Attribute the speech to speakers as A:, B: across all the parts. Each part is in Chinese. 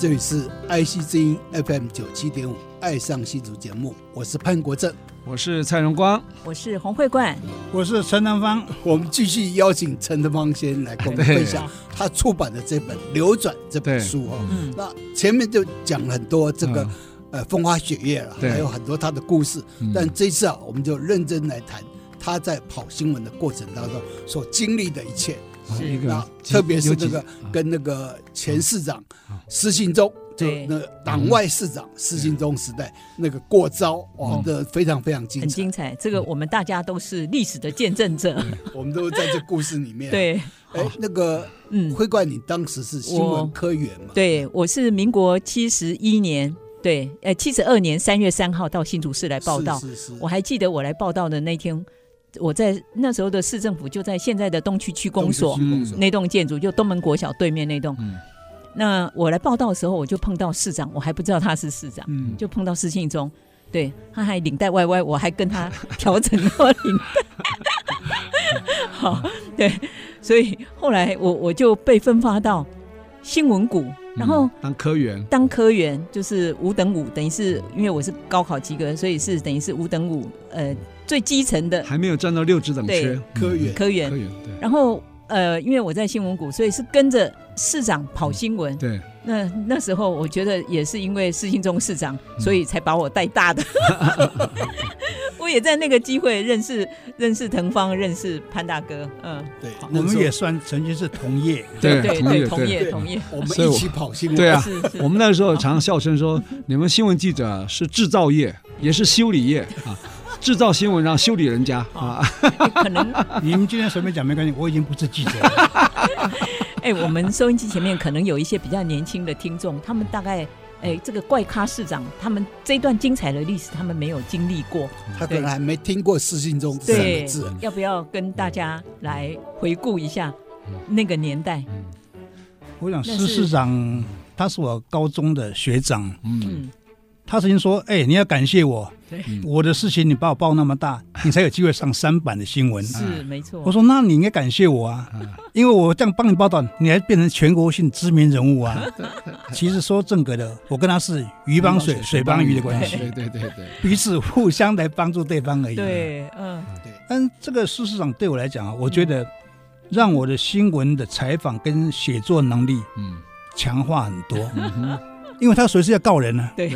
A: 这里是爱惜之音 FM 九七点五《爱上新竹》节目，我是潘国 正。
B: 我是蔡荣光，
C: 我是洪慧冠，
D: 我是陈南 方，
A: 我们继续邀请陈德芳先来跟我们分享他出版的这本《流转》这本书哦。
C: 嗯，
A: 那前面就讲了很多这个、
B: 嗯
A: 呃风花雪月了，
B: 对
A: 还有很多他的故事。
B: 嗯
A: 但这次啊，我们就认真来谈他在跑新闻的过程当中所经历的一切。
B: 啊一
A: 那
B: 个几
A: 特别是
B: 有几
A: 这个跟那个前市长
B: 啊
A: 施信忠，就
C: 对
A: 那个党外市长施信忠时代那个过招，哇
B: 嗯，
A: 这非常非常精
E: 很
A: 彩，
E: 精彩。这个我们大家都是历史的见 证者，
A: 我们都在这故事里面。，
E: 对，
A: 哎，
B: 哦
A: 那个
E: 嗯，
A: 辉冠，你当时是新闻科员嘛？
E: 对，我是民国七十一年，对，呃，七十二年三月三号到新竹市来
A: 是，
E: 报道。
A: 是是
E: 我还记得我来报道的那天，我在那时候的市政府就在现在的东区区公所
A: 东区区公
B: 嗯
A: 所
E: 那栋建筑，就东门国小对面那栋。
B: 嗯
E: 那我来报道的时候，我就碰到市长，我还不知道他是市长，
B: 嗯
E: 就碰到施信忠，对，他还领带歪歪，我还跟他调整过领带。 好，对，所以后来我我就被分发到新闻股，然后
B: 嗯当科员，
E: 当科员，就是五等五，等于是因为我是高考及格，所以是等于是五等五，呃，最基层的
B: 还没有占到六职等
E: 对
B: 缺，
A: 科员
B: 嗯
E: 科
B: 科
E: 员。
B: 员，对
E: 然后呃，因为我在新闻股，所以是跟着市长跑新闻。
D: 嗯
B: 对，
E: 那那时候我觉得也是因为施信忠市长，
B: 嗯
E: 所以才把我带 大的。我也在那个机会认识认识腾芳，认识潘大哥，嗯，
A: 对，
D: 我
A: 那时
D: 们
A: 候
D: 也算曾经是同 业，
B: 对
E: 对
B: 同业
E: 同
B: 对
E: 业
A: 对
E: 同业，
A: 我们
B: 所以我
A: 一起跑新闻，
B: 对啊
E: 是是，
B: 我们那时候常笑称 说，你们新闻记者是制造业，也是修理业啊，制造新闻然后修理人家
E: 哦
B: 啊，
E: 可能
D: 你们今天随便讲没关系，我已经不是记者 了。
E: 哎、我们收音机前面可能有一些比较年轻的听众，他们大概哎、这个怪咖市长，他们这一段精彩的历史，他们没有经历过，
A: 他可能还没听过施信忠这三
E: 对
A: 个字，
B: 嗯
E: 要不要跟大家来回顾一下那个年代？
D: 我想
E: 那
D: 施
E: 是
D: 市长他是我高中的学长，
B: 嗯，
E: 嗯，
D: 他曾经说：“哎，你要感谢我嗯
E: 对，
D: 我的事情你把我报那么大，你才有机会上三版的新闻。”
E: 是没错。
D: 嗯我说：“那你应该感谢我啊，因为我这样帮你报道，你还变成全国性知名人物 啊。”其实说正格的，我跟他是鱼 帮水，水帮鱼的关系，
B: 对对对对，
D: 彼此互相来帮助对方而已。，
E: 对，嗯，
D: 但这个苏市长对我来讲啊，
B: 嗯
D: 我觉得让我的新闻的采访跟写作能力
B: 嗯
D: 强化很多，
B: 嗯哼
D: 因为他随时要告人呢、啊，
E: 对，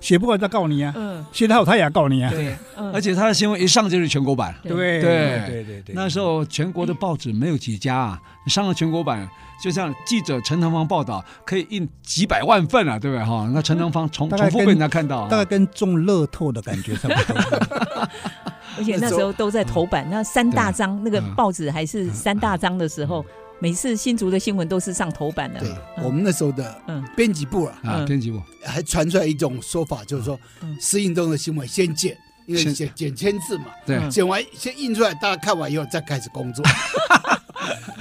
D: 写不完他告你啊，
E: 嗯，
D: 写得好他也要告你啊。
E: 对，嗯，
B: 而且他的新闻一上就是全国版，
D: 对
B: 对
D: 对对对，
B: 那时候全国的报纸没有几家啊，上了全国版，就像记者陈腾芳报道，可以印几百万份啊，对不对哈？那陈腾芳重
D: 大
B: 重
D: 概
B: 复被
D: 跟
B: 人家看到啊，
D: 大概跟中乐透的感觉差不 多。
E: 而且那时候都在头版，那三大张那个
B: 嗯
E: 报纸还是三大张的时候，每次新竹的新闻都是上头版的。
A: 对，我们那时候的
E: 嗯
A: 编辑部啊，
B: 啊，
E: 嗯
B: 编辑部
A: 还传出来一种说法，就是说
E: 嗯
A: 施信忠的新闻先剪，因为
B: 先
A: 剪剪签字嘛，
B: 对。
E: 嗯
A: 剪完先印出来，大家看完以后再开始工 作。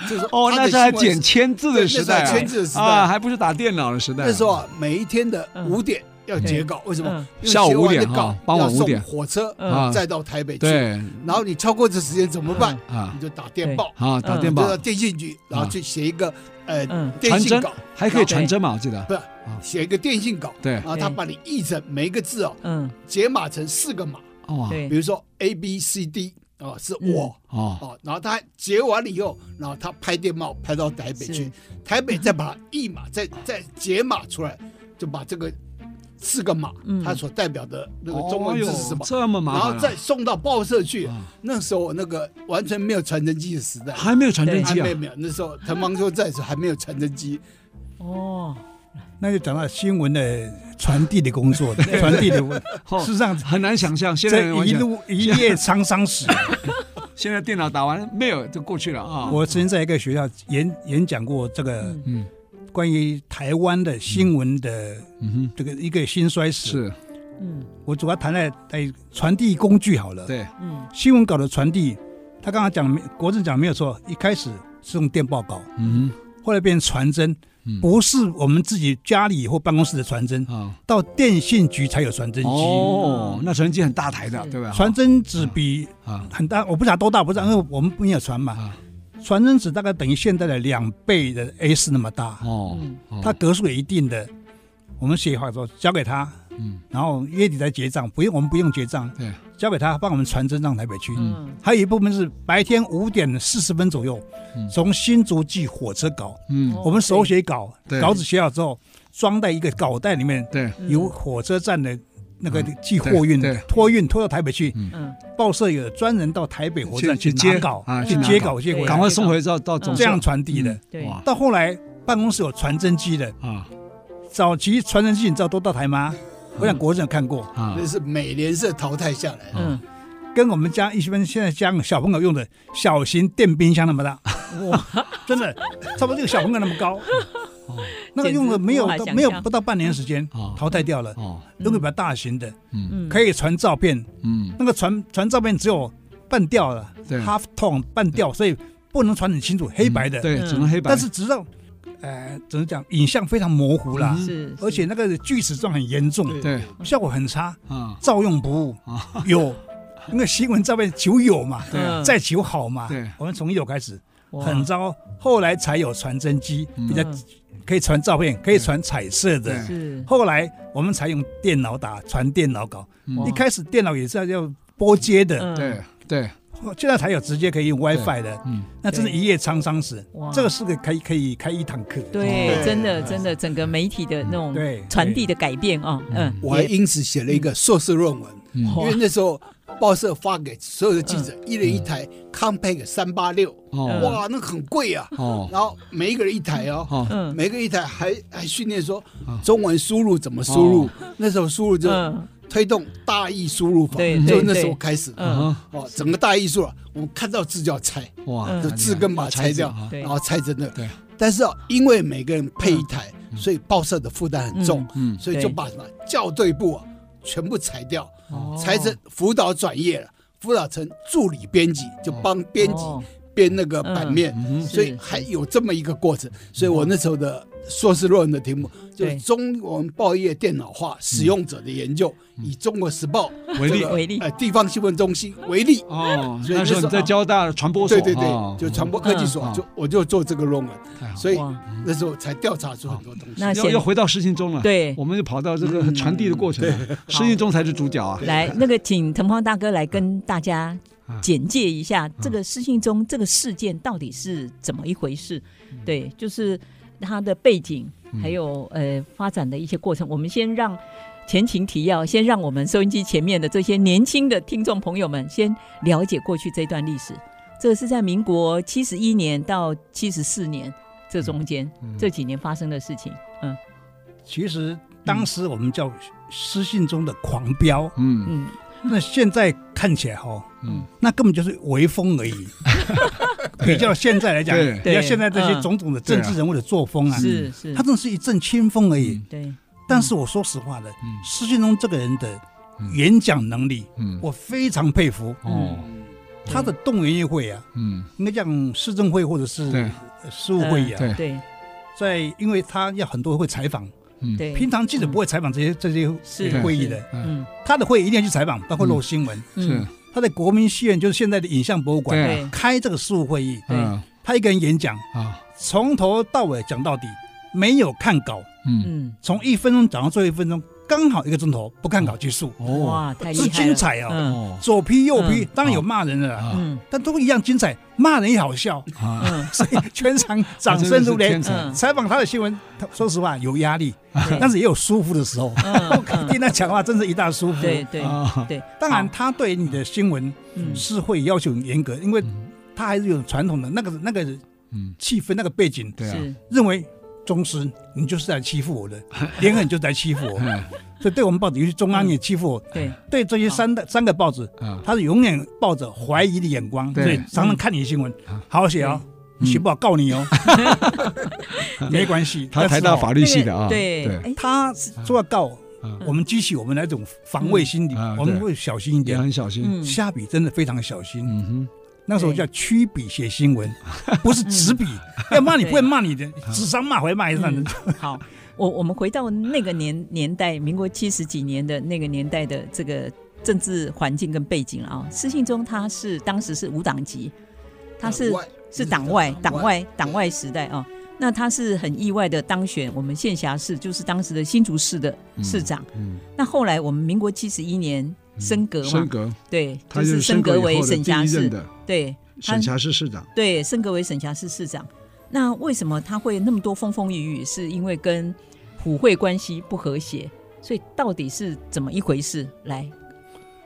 A: 就是
B: 哦，
A: 他
B: 那
A: 的
B: 是还
A: 新闻
B: 剪签字的时代
A: 对那
B: 啊
A: 是还签字的时代
B: 啊，还不是打电脑的时代啊。
A: 那时候啊，每一天的五点要截稿，为什么
E: 嗯？
A: 因为
B: 下午
A: 写完
B: 五点
A: 的稿
B: 哈傍晚
A: 要送
B: 五点
A: 火车
E: 嗯
B: 啊，
A: 再到台北去，
B: 对
A: 然后你超过这时间怎么办？
B: 啊
A: 你就打电报，
B: 啊，打电
A: 就
B: 报
A: 到电信局，然后去写一个呃
E: 嗯
A: 电信
B: 传真
A: 稿，
B: 还可以传真嘛，我记得。
A: 不是写一个电信稿，
B: 对
A: 然，后他把你译成每一个字哦，
E: 嗯，
A: 解码成四个码，
B: 哦
E: 对嗯
A: 比，如说 A B C D 啊是我
B: 哦，
A: 哦，然后他截完了以后，然后他拍电报拍到台北去
E: 是，
A: 台北再把它一码再再解码出来，就把这个四个码
E: 嗯
A: 它所代表的那个中文字是什么
B: 哦，这么麻
A: 然
B: 烦啊，
A: 后再送到报社去
B: 啊。
A: 那时候那个完全没有传真机的时代，
B: 还没有传真
A: 还
B: 机啊
A: 没有，没有，那时候滕王秀在的时候还没有传真机，
E: 哦，
D: 那就讲到新闻的传递的工作，传递的问，
B: 哦
D: 事实上
B: 很难想象，现在
D: 这
B: 完
D: 一
B: 全
D: 路一夜沧桑史。啊
B: 现在电脑打完 mail 就过去了啊。
D: 我之前在一个学校演演讲过这个
B: 嗯
D: 关于台湾的新闻的
B: 嗯哼，
D: 这个一个兴衰史，
B: 是
E: 嗯
D: 我主要谈在哎传递工具好了。
B: 对，
E: 嗯
D: 新闻稿的传递，他刚刚讲没国政讲没有错，一开始是用电报稿，
B: 嗯
D: 后来变成传真
B: 嗯，
D: 不是我们自己家里或办公室的传真
B: 哼，，啊，
D: 到电信局才有传真机。
B: 哦，那传真机很大台的，
E: 是
B: 对吧？
D: 传真纸比
B: 啊
D: 很大，我不讲多大，不是，因为我们不没有传嘛。
B: 啊，
D: 传真纸大概等于现在的两倍的 A 四那么大，
B: 哦
E: 嗯，
B: 哦
D: 它格数也一定的。我们写好之后交给他，
B: 嗯
D: 然后月底再结账，不用我们不用结账，
B: 对，
D: 交给他帮我们传真到台北去。
E: 嗯
D: 还有一部分是白天五点四十分左右
B: 嗯，
D: 从新竹寄火车稿，
B: 嗯
E: 哦
D: 我们手写稿
B: 对，
D: 稿纸写好之后，装在一个稿袋里面，
B: 对，
E: 嗯
D: 由火车站的那个
B: 嗯
D: 寄货运
B: 对对
D: 托运拖到台北去，
E: 嗯
D: 报社有专人到台北火车站
B: 去
D: 去
B: 去接
D: 拿稿
B: 啊，
E: 去
D: 去
E: 拿
D: 接
B: 稿嗯
D: 稿接
E: 对
D: 回
B: 赶
D: 来，
B: 快送回到到总
D: 这
B: 社
D: 样传递的。
E: 对
B: 哇
D: 到后来办公室有传真机的，
B: 啊
D: 早期传真机你知道都到台吗？我想国人有看过，
B: 啊
A: 那是美联社淘汰下来的。
E: 嗯
D: 跟我们家一般现在家小朋友用的小型电冰箱那么大，
E: 哇
D: 真的，差不多这个小朋友那么高，
B: 哦
D: 那个用了没有
E: 简直无法想
D: 没有
E: 象
D: 不到半年时间
B: 哦
D: 淘汰掉了。
B: 哦
D: 用个比较大型的，
B: 嗯
E: 嗯
D: 可以传照片，
B: 嗯
D: 那个传传照片只有半掉了
B: 对
D: ，half tone 半掉，所以不能传很清楚，黑白的。
B: 对，
E: 嗯
B: 只能黑白，
D: 但是直到，呃，怎么讲，影像非常模糊啦，
B: 嗯
E: 是，
D: 而且那个锯齿状很严重，
B: 对
D: 效果很差，
B: 啊
D: 照用不误。
B: 啊
D: 有，那个新闻照片求有嘛，
B: 对
E: 嗯
B: 啊
D: 再求好嘛
B: 对。
D: 我们从有开始，很
E: 很
D: 糟，后来才有传真机，
B: 嗯
D: 比较可以传照片，可以传彩色的。
B: 对
E: 嗯是
D: 后来我们才用电脑打传电脑稿，
B: 嗯
E: 哇
D: 一开始电脑也是要要拨接的，
E: 嗯
B: 对对，
D: 现在才有直接可以用 WiFi 的。
B: 嗯
D: 那真是一夜沧桑史
E: 哇，
D: 这个是个可以可以开一堂课。
E: 对，
A: 哦
E: 真的真的，整个媒体的那种
D: 对
E: 传递的改变啊，嗯，哦
A: 我还
E: 也
A: 因此写了一个硕士论文，
B: 嗯
A: 因为那时候报社发给所有的记者一人一台 Compaq 三八六，
B: 嗯
E: 嗯
B: 哦
A: 哇，那个很贵啊。
B: 哦
A: 然后每一个人一台哦，
B: 哦
E: 嗯
A: 每个人一台还还训练说
B: 啊
A: 中文输入怎么输
B: 哦
A: 入。那时候输入就
E: 嗯
A: 推动大意输入法，
E: 对
A: 就
E: 对
A: 那时
E: 对
A: 候开始的
E: 嗯
B: 啊
A: 哦，整个大意输入，我们看到字就要拆，
B: 哇，
E: 嗯
A: 啊就字根把它拆掉，
B: 啊
E: 对
A: 然后拆成那个
B: 对。
A: 但是哦，因为每个人配一台，所以报社的负担很重，
B: 嗯
A: 所以就把什么校对部啊全部裁掉，
E: 哦
A: 裁成辅导转业了，辅导成助理编辑，就帮编辑
E: 哦
A: 编那个版面，
B: 嗯
A: 所以
E: 是
A: 还有这么一个过程。所以我那时候的硕士论文的题目就是
E: 对
A: 中文报业电脑化使用者的研究，以中国时报
B: 为例
A: 这个
E: 为例
A: 呃地方新闻中心为例。
B: 哦，
A: 所以
B: 那时
A: 那时
B: 候你
A: 候
B: 在交大传播所，
A: 对对
B: 哦
A: 对，就传播科技所
B: 嗯，
A: 就我就做这个论文，
B: 太好了
A: 所以
E: 哇
A: 那时候才调查出很多东西。
B: 要
E: 那显
B: 要回到事情中了，
E: 对
B: 我们就跑到这个传递的过程了，
A: 嗯
B: 事情中才是主角啊，
E: 来那个请滕芳大哥来跟大家
B: 啊
E: 简介一下这个事情中这个事件到底是怎么一回事，
B: 嗯
E: 对，就是它的背景还有呃发展的一些过程，我们先让。前情提要，先让我们收音机前面的这些年轻的听众朋友们先了解过去这段历史。这是在民国七十一年到七十四年这中间、
B: 嗯
E: 这几年发生的事情。嗯
D: 其实当时我们叫失信中的狂飙，
B: 嗯
E: 嗯，
D: 那现在看起来哈，
B: 嗯，
D: 那根本就是微风 而已。比较现在来讲，
B: 对嗯
D: 比较现在这些种种的政治人物的作风啊，
E: 是是
D: 他，真的是一阵清风而已。
B: 嗯
E: 对，
D: 但是我说实话的，
B: 嗯
D: 施俊荣这个人的演讲能力，
B: 嗯，
D: 我非常佩服。
B: 哦，
D: 他的动员议会啊，
B: 嗯，
D: 应该讲市政会或者
B: 对
D: 是呃事务会啊，
B: 对嗯
E: 对
D: 在因为他要很多会采访，
E: 对，
D: 平常记者不会采访这些这
E: 是
D: 些会议的，
E: 嗯，
D: 他的会议一定要去采访，包括漏新闻。
E: 嗯
B: 哎是，
D: 他在国民戏院，就是现在的影像博物馆，
B: 对
E: 对，
D: 开这个事务会议，
E: 对
B: 嗯
D: 他一个人演讲，
B: 啊，
D: 从头到尾讲到底，没有看稿，
B: 嗯，
E: 嗯，
D: 从一分钟讲到最后一分钟，刚好一个钟头不看稿结束，
B: 哦，
E: 哇，哎太厉害
D: 是
E: 了，
D: 精彩哦。
E: 嗯
B: 哦，
D: 左批右批
E: 嗯，
D: 当然有骂人的啦，
B: 啊
E: 嗯
D: 但都一样精彩，骂人也好 笑，
B: 啊，
E: 嗯，
D: 所以全场掌声如雷
B: 真的是天。才
E: 嗯
D: 采访他的新闻，他说实话有压力，
E: 对
D: 但是也有舒服的时候。
E: 嗯嗯
D: 听他讲话真是一大舒服。
E: 对对
B: 啊，
E: 对，
D: 当然他对你的新闻
E: 嗯
D: 是会要求很严格，因为他还是有传统的那个那个
B: 嗯，
D: 气氛、那个背景，
B: 对啊，
E: 是
D: 认为忠实，你就是在欺负 我的；联合，你就是在欺负我。
B: 嗯
D: 所以对我们报纸，尤其中央也欺负我。
E: 对，
D: 对这些三大三个报纸，
B: 啊，
D: 他是永远抱着怀疑的眼光，
B: 对
D: 所以常常看你的新闻，好好写哦，
B: 嗯
D: 写不好告你哦， 没关系。
B: 他台大
D: 到
B: 法律系的啊，
E: 对
B: 对，
E: 哎，
D: 他说要告
B: 嗯，
D: 我们激起我们那种防卫心理
B: 嗯啊，
D: 我们会小心一
B: 也
D: 点。
B: 很小心。
E: 嗯，
D: 下笔真的非常小心，
B: 嗯
D: 那时候叫曲笔写新闻，不是纸笔。要骂你不会骂你的，指桑骂槐骂一上人。
E: 好，我我们回到那个年年代，民国七十几年的那个年代的这个政治环境跟背景了啊。施信忠他是当时是无党籍，他是是党外党外党外时代啊。那他是很意外的当选我们县辖市，就是当时的新竹市的
B: 嗯
E: 市长。
B: 嗯，
E: 那后来我们民国七十一年升格嘛
B: 升，格，
E: 对，
F: 他
E: 就
F: 就是是
E: 嗯升格
F: 格以
E: 为
F: 后的
E: 省
F: 第
E: 辖
F: 一
E: 市
F: 任，的
E: 对，他
F: 省辖市市长，
E: 对，升格为省辖市市长。那为什么他会那么多风风雨雨？是因为跟虎会关系不和谐，所以到底是怎么一回事？来，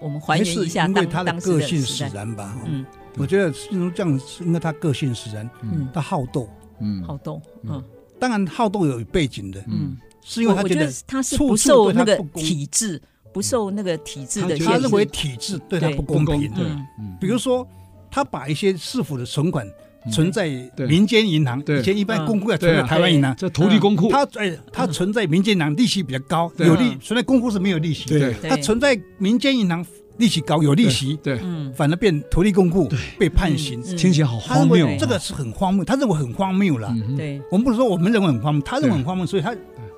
E: 我们
D: 还
E: 还原
D: 是
E: 一下
D: 因为
E: 当
D: 他的
E: 当时
D: 个
E: 的
D: 性
E: 时
D: 使
E: 代。
D: 然吧。哦
E: 嗯
D: 我觉得是这样，是因为他个性使然，
E: 嗯，
D: 他好斗。
B: 嗯，
E: 好动，嗯
D: 当然，好斗有背景的，
E: 嗯，
D: 是因为
E: 我
D: 他
E: 我
D: 觉
E: 觉
D: 得
E: 得他是
D: 处
E: 不
D: 处
E: 受
D: 对
E: 那
D: 他
E: 个
D: 不公
E: 体制，不受那个体制的
F: 他觉
E: 限
F: 得
D: 他
E: 制。
D: 认为体制对他
E: 对
D: 不公平。
E: 对嗯
B: 嗯，
D: 比如说，他把一些市府的存款存在
B: 对
D: 民间银行，
B: 对
D: 以前一
E: 嗯
D: 般公库要存
B: 对
D: 在
B: 啊
D: 台湾银行，
B: 这土地公库，
D: 他哎，他存在民间银行利息比较高，
B: 对啊
D: 有利；存在公库是没有利息。
B: 对
E: 对
D: 他存在民间银行利息高，有利息，
B: 对，
E: 嗯，
D: 反而变土地公库被判刑。
E: 嗯
B: 听起来好
D: 他
B: 荒
D: 认
B: 谬啊
D: 为。这个是很荒谬，他认为很荒谬啦。
B: 嗯，
E: 对
D: 我们不是说我们认为很荒谬，他认为很荒谬，所以他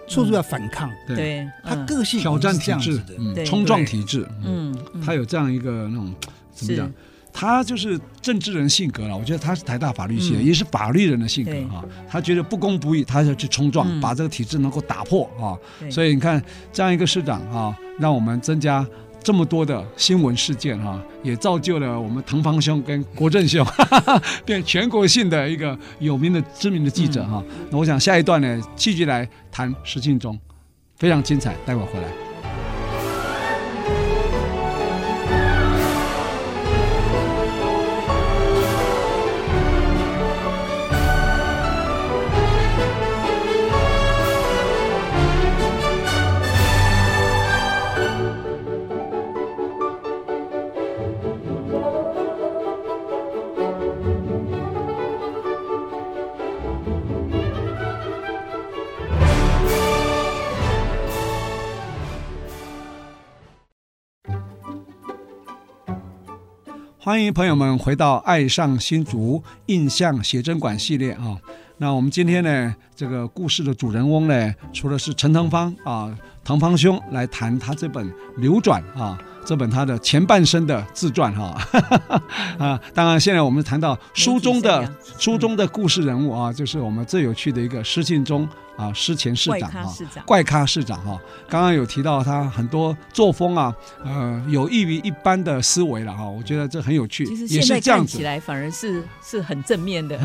D: 处处要反抗。
B: 对，
E: 对，
D: 他
E: 嗯
D: 个性
B: 挑战
D: 是这
B: 体
D: 样子
B: 制
D: 的，，
B: 嗯，
E: 对
B: 冲撞体制，嗯，
E: 嗯，嗯
B: 他有这样一个那种怎么讲
E: 是？
B: 他就是政治人性格了，我觉得他是台大法律系的，
E: 嗯
B: 也是法律人的性
E: 对
B: 格啊。他觉得不公不义，他要去冲撞，
E: 嗯
B: 把这个体制能够打破啊。
E: 对
B: 所以你看，这样一个市长啊，让我们增加这么多的新闻事件啊，也造就了我们滕芳兄跟国政兄 变全国性的一个有名的知名的记
E: 嗯
B: 者哈、那我想下一段呢，继续来谈石敬忠，非常精彩，待会儿回来。欢迎朋友们回到《爱上新竹印象写真馆》系列啊。那我们今天呢，这个故事的主人翁呢，除了是陈腾芳啊，腾芳兄来谈他这本《流转》啊，这本他的前半生的自传哈啊 啊。当然，现在我们谈到书中
E: 媒体
B: 的
E: 生
B: 书中的故事人物啊，就是我们最有趣的一个施信忠啊，施前市
E: 怪
B: 长
E: 咖
B: 啊。
E: 市长，
B: 怪咖市长哈、刚刚有提到他很多作风啊，呃，有益于一般的思维了哈、我觉得这很有趣
E: 其实，
B: 也
E: 现
B: 是
E: 在
B: 这样
E: 看起
B: 子，
E: 来反而是是很正面 的。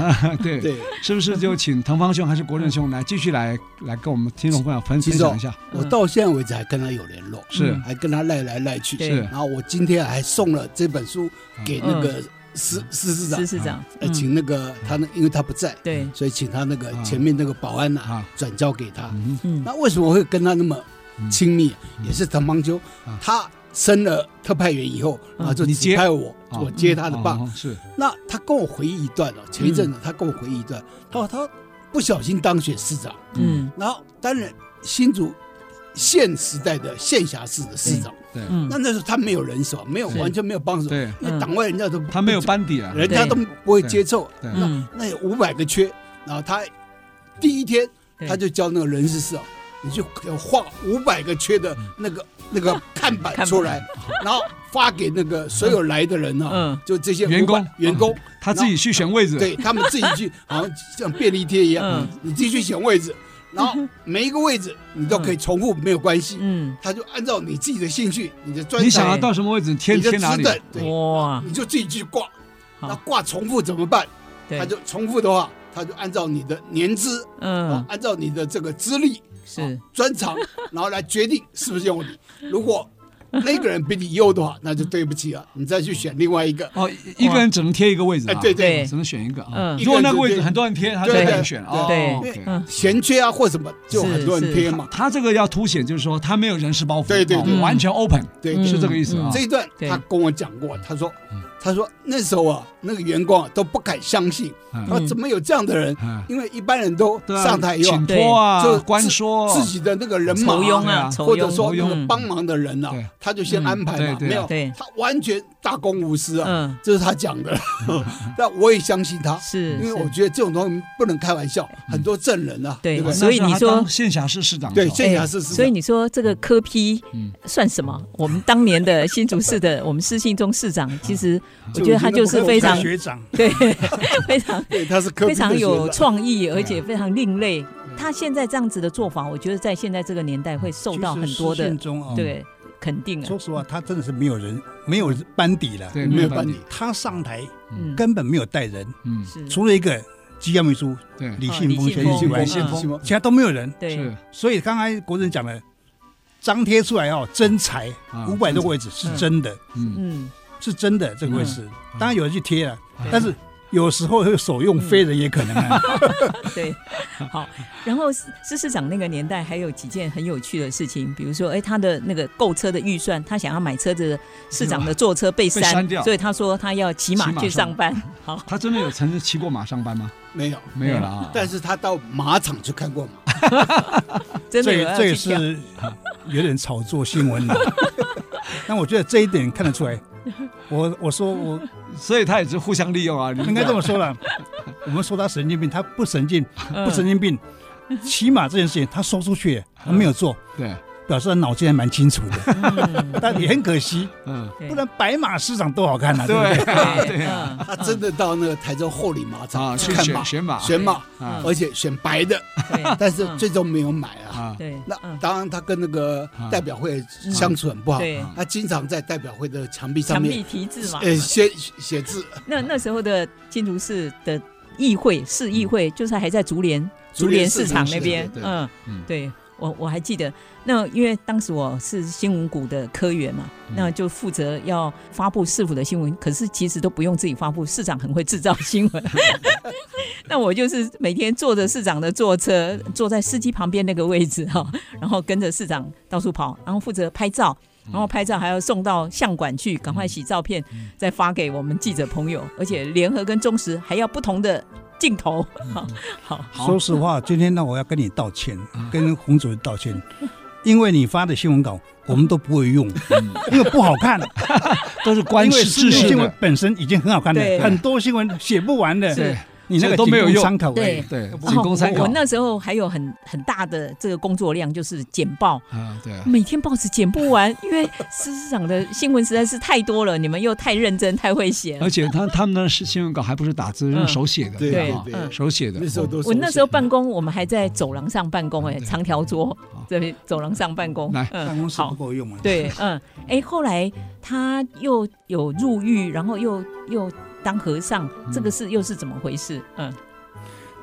B: 对，
A: 对，
B: 是不是就请滕芳兄还是国任兄来继续来来跟我们听众朋友分
A: 其
B: 分
A: 实
B: 享一下？
A: 我到现在为止还跟他有联络，
B: 是
E: 嗯
A: 还跟他赖来赖去。
E: 对
B: 是
A: 然后我今天还送了这本书给那
B: 嗯
A: 个司司市长
E: 是，市长，
A: 呃，
E: 嗯
A: 请那个他那，因为他不在，
E: 对，
A: 所以请他那个
B: 啊
A: 前面那个保安啊
B: 啊，
A: 转交给他。
B: 嗯
E: 嗯
A: 那为什么会跟他那么
B: 嗯
A: 亲密？啊也是滕邦秋
B: 啊，
A: 他升了特派员以后，
E: 嗯
A: 然后就
B: 你
A: 指
B: 接
A: 派我，
B: 啊
A: 我接他的
B: 哦
A: 棒。
B: 哦是
A: 那他跟我回忆一段
B: 嗯
A: 哦，前一阵子他跟我回忆一段，哦他说他不小心当选市长，
E: 嗯
A: 然后担任新竹县时代的县辖市的市长。
B: 对
E: 嗯
A: 那那时候他没有人手，没有
B: 是
A: 完全没有帮手，
B: 对，
A: 因为
E: 嗯
A: 党外人家都
B: 他没有，班底啊，
A: 人家都不会接受。
B: 对
A: 那
E: 嗯，
A: 那有五百个缺，然后他第一天
E: 对
A: 他就教那个人事室啊，你就画五百个缺的那个那个看板
E: 嗯 看板
A: 出来，然后发给那个所有来的人啊
E: 嗯，
A: 就这些
B: 员工哦嗯
A: 500员工，
B: 他自己去选位置，
A: 对他们自己去，好像像便利贴一样
E: 嗯，
A: 你自己去选位 置，然后每一个位置你都可以重复，没有关系。
E: 嗯，
A: 他就按照你自己的兴趣、你的专
B: 你想
A: 长、
B: 要到什么位置，天
A: 你的
B: 天哪
A: 职
B: 里？
A: 等，对，
E: 哇，
A: 你就自己去挂。
E: 啊好
A: 那挂重复怎么办？
E: 对，
A: 他就重复的话，他就按照你的年资啊
E: 嗯，
A: 按照你的这个资历、哦
E: 是
A: 专长，然后来决定是不是用你。如果那个人比你优的话，那就对不起了，你再去选另外一个。
B: 哦，一个人只能贴一个位置
A: 哎
B: 啊，
A: 对对
E: 对
B: 只能选一个啊。
E: 嗯
B: 如果那个位置很多人贴，他就
A: 对
B: 可以
A: 对
B: 选啊。
E: 对
B: 哦
A: 对
B: OK
E: 嗯，
A: 悬缺啊或什么，就很多人贴嘛。
B: 啊他这个要凸显，就是说他没有人事包袱，
A: 对对
B: 哦
A: 对
B: 完全 open，
A: 对
E: 嗯
B: 是这个意思啊
E: 嗯。
A: 这一段
E: 对嗯
A: 他跟我讲过，他说，他说那时候啊，那个员工啊都不敢相信，
B: 嗯
A: 他说怎么有这样的人？
B: 嗯
A: 因为一般人都
B: 对啊
A: 上台以后
B: 请托啊
A: 就，
B: 官说
A: 自己的那个人马
E: 仇
A: 啊
E: 庸
B: 对啊
E: 啊，仇
A: 或者
E: 庸
A: 说那个
E: 嗯
A: 帮忙的人啊
B: 对，
A: 他就先
E: 嗯
A: 安排
B: 对
A: 嘛，
B: 对
A: 没有
E: 对，
A: 他完全大公无私啊，
E: 嗯，
A: 这是他讲的，
B: 嗯
A: 但我也相信他，
E: 是，
A: 因为我
E: 是
A: 觉得这种东西不能开玩笑，
B: 嗯
A: 很多证人啊，
E: 对
A: 对不对？
E: 所以你说
B: 那时候他当县辖市市长的
A: 对啊
B: 时候，
A: 县
E: 哎
A: 辖市市
E: 所以
A: 长
E: 你说这个科批
B: 嗯
E: 算什么？我们当年的新竹市的我们施信中市长，其实
D: 嗯
E: 我
A: 就
E: 觉得他就是非常
D: 学长，
E: 对， 非常
A: 对，他是科
E: 非
A: 比的
E: 常有
A: 学长
E: 创意，而且非常另类。他现在这样子的做法，我觉得在现在这个年代会受到很多
D: 其实施
E: 的
D: 信中啊，，
E: 对肯定啊
D: 说。实话，他真的是没有人，没有班底了。
B: 对
A: 没有
B: 办
A: 办理
B: 理，，
D: 他上台
E: 嗯，
D: 根本没有带人，
B: 嗯，
E: 是
D: 除了一个机要秘书
B: 对，
D: 李信峰
E: 嗯哦
D: 先
E: 李信
D: 生
E: 峰
D: 以外
E: 李，信
A: 峰
E: 峰
D: 其他都没有人。
E: 对
B: 是
D: 所以刚才国人讲了，张贴出来哦，真才
B: 啊
D: 五百多个位置是真的，
B: 嗯，
E: 嗯，
D: 是真的这个位置，嗯当然有人去贴了，
E: 对
D: 但是有时候会手用飞
E: 嗯
D: 人也可能啊。
E: 对，好。然后施施市长那个年代还有几件很有趣的事情，比如说，哎，他的那个购车的预算，他想要买车子的，市长的坐车被
B: 被删
E: 删
B: 掉，
E: 所以他说他要骑马
B: 骑马
E: 去
B: 上
E: 上班。好，
B: 他真的有曾经骑过马上班吗？
A: 没有，
B: 没有了啊。
A: 但是他到马场去看过马，
E: 嗯
D: 这
E: 真的有哎
D: 也
E: 要
D: 这也
E: 去跳
D: 是有点炒作新闻了。 但我觉得这一点看得出来，我我说我
B: 所以他也是互相利用啊。
D: 应该这么说 了，我们说他神经病，他不神经，不
E: 嗯
D: 神经 病。起码这件事情他说出去，他没有做，
B: 对，
D: 表示他脑筋还蛮清楚的，
E: 嗯，
D: 但也很可惜，
B: 嗯，
E: 对
D: 不然白马市长多好看啊！对不对？
B: 对啊，对啊，
E: 嗯
A: 他真的到那个台州后里马
B: 啊，
A: 场
B: 去
A: 看
B: 选
A: 马，
B: 选马
A: 选马，
B: 啊
A: 而且选白的，
E: 嗯对，
A: 但是
E: 嗯
A: 最终没有买啊。
B: 啊，
E: 对，
A: 那
E: 嗯
A: 当然，他跟那个
B: 嗯
A: 代表会相处很不好，
E: 对
A: 他经常在代表会的墙壁上
E: 墙
A: 面
E: 壁题字嘛。
A: 呃写写字，
E: 那那时候的新竹市的议会市议会，
A: 嗯
E: 就是还在竹联
A: 竹
E: 竹
A: 联
E: 联
A: 市
E: 市
A: 场
E: 场那边
A: 对，对
E: 嗯
B: 嗯，
E: 对我我还记得。那因为当时我是新闻股的科员嘛，那就负责要发布市府的新闻，可是其实都不用自己发布，市长很会制造新闻。 那我就是每天坐着市长的坐车，坐在司机旁边那个位置哈、然后跟着市长到处跑，然后负责拍照，然后拍照还要送到相馆去，赶快洗照片，再发给我们记者朋友，而且联合跟中时还要不同的镜头。好，好，
D: 说实话，今天呢，我要跟你道歉，
B: 嗯
D: 跟洪主任 道歉，因为你发的新闻稿我们都不会用，
B: 嗯
D: 因为不好看，
B: 都是官
D: 因为
B: 事制
D: 市面
B: 式
D: 新闻
B: 的，
D: 本身已经很好看
E: 对
D: 的，很多新闻写不完的，
E: 是
D: 你那个
B: 都没有
D: 仅供
B: 用
D: 参考而已
E: 对。
B: 对，
E: 然
B: 仅
E: 后
B: 供参
E: 哦我
B: 考
E: 我。那时候还有很很大的这个工作量，就是简报，
B: 啊，对啊，
E: 每天报纸剪不完，因为市市长的新闻实在是太多了，你们又太认真、太会写了
B: 而。且他他们那是新闻稿还不是打字，
E: 嗯
B: 用手写的，
A: 对
E: 对
B: 啊
A: 对
E: 嗯
A: 对，
B: 手写的
A: 那。时候都
E: 我那时候
A: 办
E: 办公，我们还在走廊上办公、哎，
B: 对
E: 长条桌
B: 好，
E: 这边走廊上办公
B: 来，
D: 办
E: 嗯，
D: 公室
E: 好
D: 不，够用啊。
E: 对，嗯，哎，后来他又有入狱，然后又又当和尚，
B: 嗯
E: 这个是又是怎么回事？嗯，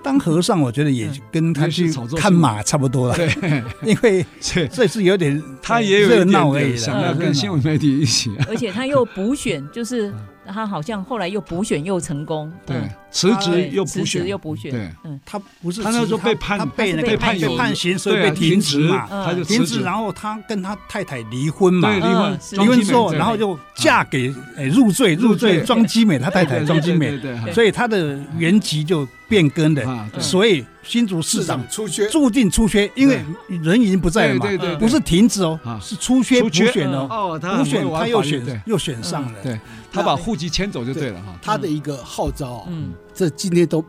D: 当和尚，我觉得也
E: 嗯
D: 跟他
B: 也是
D: 去
B: 炒作
D: 看马差不多了，
B: 对，
D: 因为
B: 是
D: 这是有点
B: 他 也有
D: 热
B: 一
D: 闹
B: 点
D: 而已
B: 点
D: 啦
B: 想要
D: 嗯
B: 跟新闻媒体一起，
E: 而且他又补选， 就是他好像后来又补选又成
B: 嗯
E: 功，
B: 哦对
E: 嗯，
B: 辞职
E: 对
B: 又
E: 辞
B: 补
E: 职
B: 选，
E: 又补选，嗯
B: 对，
D: 他不是
B: 他那时候被判
D: 他被那
E: 被
D: 个
E: 判有
D: 被判刑，所以
B: 对啊
D: 被停职嘛。
E: 嗯
B: 他就
D: 停
B: 辞
D: 职，
B: 职，
D: 然后他跟他太太离婚嘛
B: 对，，离婚
E: 嗯，是
B: 庄
D: 离婚
B: 基
D: 之
B: 美
D: 后，
B: 对啊
D: 然后就嫁给诶入赘入
B: 入
D: 赘
B: 赘
D: 庄基美，他太太
B: 对
D: 庄基美，
B: 对对对
D: 所以他的原籍就变更了。
B: 啊，对
E: 嗯
D: 所以新竹
A: 市
D: 市长
A: 长出缺，
D: 注定出缺，因为人已经不在了嘛
B: 对，对对，
D: 不是停职哦
B: 啊，
D: 是出缺
B: 出
D: 补
B: 缺
D: 选哦，
B: 哦，他
D: 补
B: 很
D: 选
B: 会玩
D: 他又
B: 法律对
D: 选又选上了。
B: 对，他把户籍迁走就对了哈。
A: 他的一个号召啊，
E: 嗯
A: 这今天都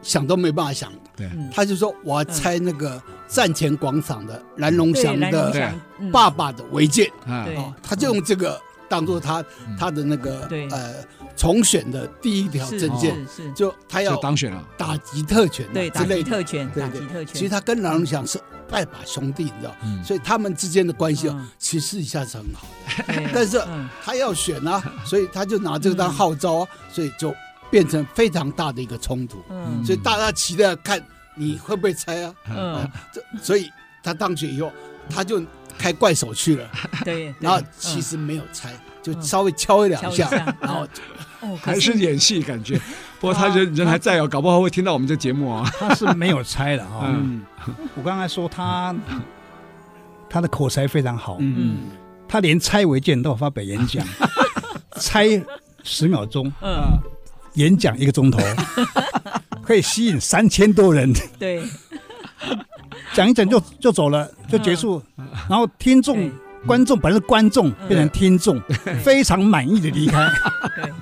A: 想都没办法想。
B: 对
E: 嗯，
A: 他就说我要拆那个站前广场的蓝龙
E: 对，
A: 祥
E: 蓝嗯荣
A: 的
E: 祥嗯
A: 爸爸的违建
B: 啊，
E: 对
A: 啊，他就用这个当做他
B: 嗯
A: 他的那个
E: 对
A: 呃重选的第一条
E: 是哦
A: 证件，
E: 是是，
A: 就他要
B: 就当选了。
A: 打击特权啊
E: 对，
A: 之
E: 打
A: 类
E: 击
A: 的。
E: 特权，
A: 对
E: 打
A: 对
E: 击特
A: 其实
E: 权，
A: 他跟蓝龙祥是拜把兄弟，你知道，
B: 嗯
A: 所以他们之间的关系
E: 嗯
A: 啊，其实一下是很好。
E: 对
A: 但是
E: 嗯
A: 他要选啊，所以他就拿这个当号召啊，所以就变成非常大的一个冲突。
E: 嗯
A: 所以大家期待看你会不会猜啊？
E: 嗯
A: 这所以他当选以后，他就开怪手去了，
E: 对，
A: 然后
E: 对
A: 其实没有拆，就
E: 嗯
A: 稍微敲一两
E: 敲一
A: 下
E: 下，
A: 然后
E: 嗯哦，可
B: 还是演戏感 觉。不过他人人还在哦，搞不好会听到我们这节目啊。
D: 他是没有拆哦的哈、
B: 嗯
D: 我刚才说他，他的口才非常好，
B: 嗯
D: 他连拆违建都有发表演 讲，拆十秒钟，啊
E: 嗯，
D: 演讲一个 钟头，可以吸引三千多人，
E: 对，
D: 讲一讲就就走了，就结束。然后听众
E: 嗯对、嗯
D: 观众本来是观众变成听众，非常满意的离开。
E: 对，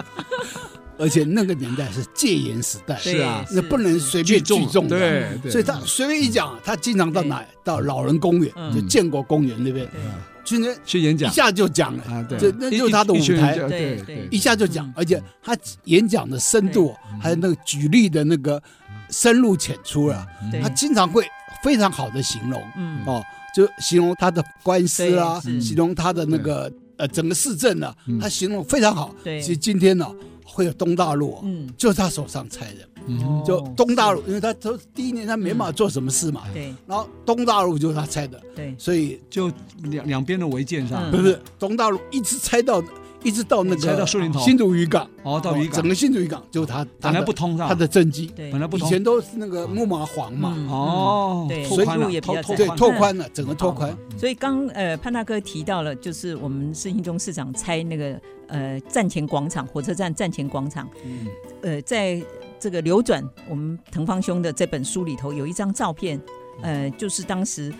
A: 而且那个年代是戒严时代，
E: 对
B: 是啊
A: 那不能随便聚众的。
B: 对嗯对，
A: 所以他随便一讲，他经常到哪到老人公园，
E: 哎嗯
A: 就建国公园那边，
E: 对
A: 军人
B: 去演
A: 一
B: 讲
A: 下就讲了，
B: 啊，对，
A: 这那
B: 一
A: 就是他的
B: 一群
A: 舞
B: 人
A: 台
B: 就
E: 对
B: 对
E: 对
A: 一下就讲
E: 嗯，
A: 而且他演讲的深度，
B: 嗯
A: 还有那个举例的那个深入浅出了，
E: 对
B: 嗯
A: 他经常会非常好的形容
E: 嗯，
A: 哦，就形容他的官司啊，
E: 对是
A: 形容他的那个呃整个市政啊
B: 嗯，
A: 他形容非常好。
E: 对
A: 其实今天呢，会有东大陆，哦
E: 嗯，
A: 就是他手上拆的，
B: 嗯
A: 就
E: 哦
A: 东大陆，因为他他第一年他没办法做什么事嘛，
E: 对
A: 然后东大陆就是他拆的，
E: 对，
A: 所以
B: 就两两边的违建上
E: 嗯
A: 不，是东大陆一直拆到一直到那个
B: 拆到树林头
A: 新竹渔港。
B: 哦，到渔港
A: 整个新竹渔港就是他，他
B: 本来
A: 的
B: 不通上，
A: 他的政绩，
E: 对，
B: 本来不哦
A: 以
B: 通，
A: 前都是那个木麻黄嘛，
E: 嗯
B: 哦，
E: 对
B: 拓宽
E: 水
B: 了
E: 路也，比
B: 拓
E: 较窄
B: 嗯拓
A: 对，
B: 宽
A: 拓宽了，整个拓宽，
E: 所以刚呃潘大哥提到了，就是我们市兴中市长拆那个呃站前广场，火车站站前广场，
B: 嗯
E: 呃，在这个流转我们滕方兄的这本书里头有一张照片，
B: 嗯
E: 呃，就是当时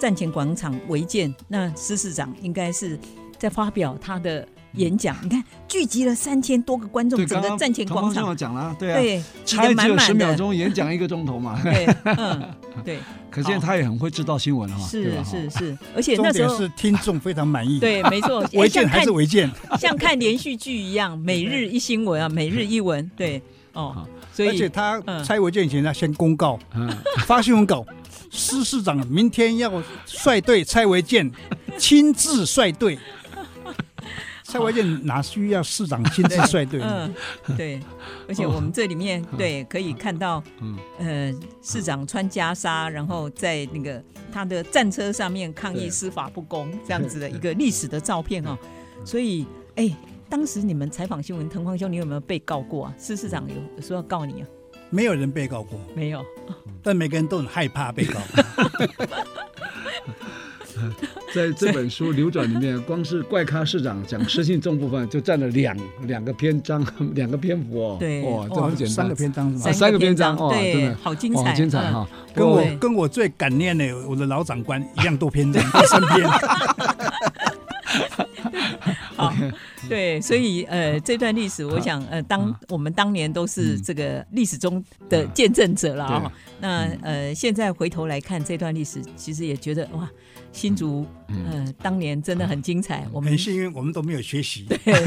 E: 站前广场违建，那施市长应该是在发表他的演讲，你看聚集了三千多个观众，
B: 对，
E: 整
B: 刚
E: 个
B: 刚
E: 站前
B: 唐
E: 广
B: 方向
E: 场
B: 有，讲了，对啊，
E: 对，挤
B: 差
E: 得
B: 只
E: 满
B: 有十
E: 满
B: 秒
E: 的，
B: 钟，演讲一个钟头嘛，
E: 对，嗯，对，
B: 可见他也很会制造新闻哈，对
E: 是
B: 吧
E: 是是，而且
D: 重
E: 那时
D: 点
E: 候
D: 是听众非常满意。，
E: 对，没错，哎
D: 违
E: 像
D: 建还
E: 看
D: 是违建，
E: 像看连续剧一样，每日一新闻啊，每日一文，对，哦
B: 好，
E: 所
D: 而且
E: 以
D: 他
E: 嗯
D: 拆违建以前，他先公告
B: 嗯
D: 发新闻稿，施市长明天要率队拆违建，亲自率队。拆违建哪需要市长亲自率队呢？
E: 嗯，对，而且我们这里面对可以看到，
B: 哦嗯
E: 呃，市长穿袈裟，然后在那个他的战车上面抗议
B: 对
E: 司法不公这样 子的一个历史的照片哦，所以哎。当时你们采访新闻，滕光兄，你有没有被告过啊？是市长有有说要告你啊？
D: 没有人被告过，
E: 没有，
B: 啊
D: 但每个人都很害怕被告。
B: 在这本书流转里面， 光是怪咖市长讲失信重部分就占了两两个篇章， 两个篇幅 哦，
E: 对
B: 哇，这
D: 哇
B: 么简单，
D: 三个篇章是吧
B: 啊？三个篇章哦真
E: 对，
B: 的
E: 好精
B: 哇，
E: 彩，
B: 精彩
E: 嗯
B: 哈，
D: 跟我
E: 对
D: 跟我最感念的我的老长官一样多篇章，都三 篇。
E: 好，对，所以呃，这段历史，我想呃，当
A: 嗯
E: 我们当年都是这个历史中的见证者了
A: 嗯
E: 啊、那呃，现在回头来看这段历史，其实也觉得哇，新竹
A: 嗯
E: 呃，当年真的很精彩。我们
D: 很幸运，我们都没有学习。
A: 嗯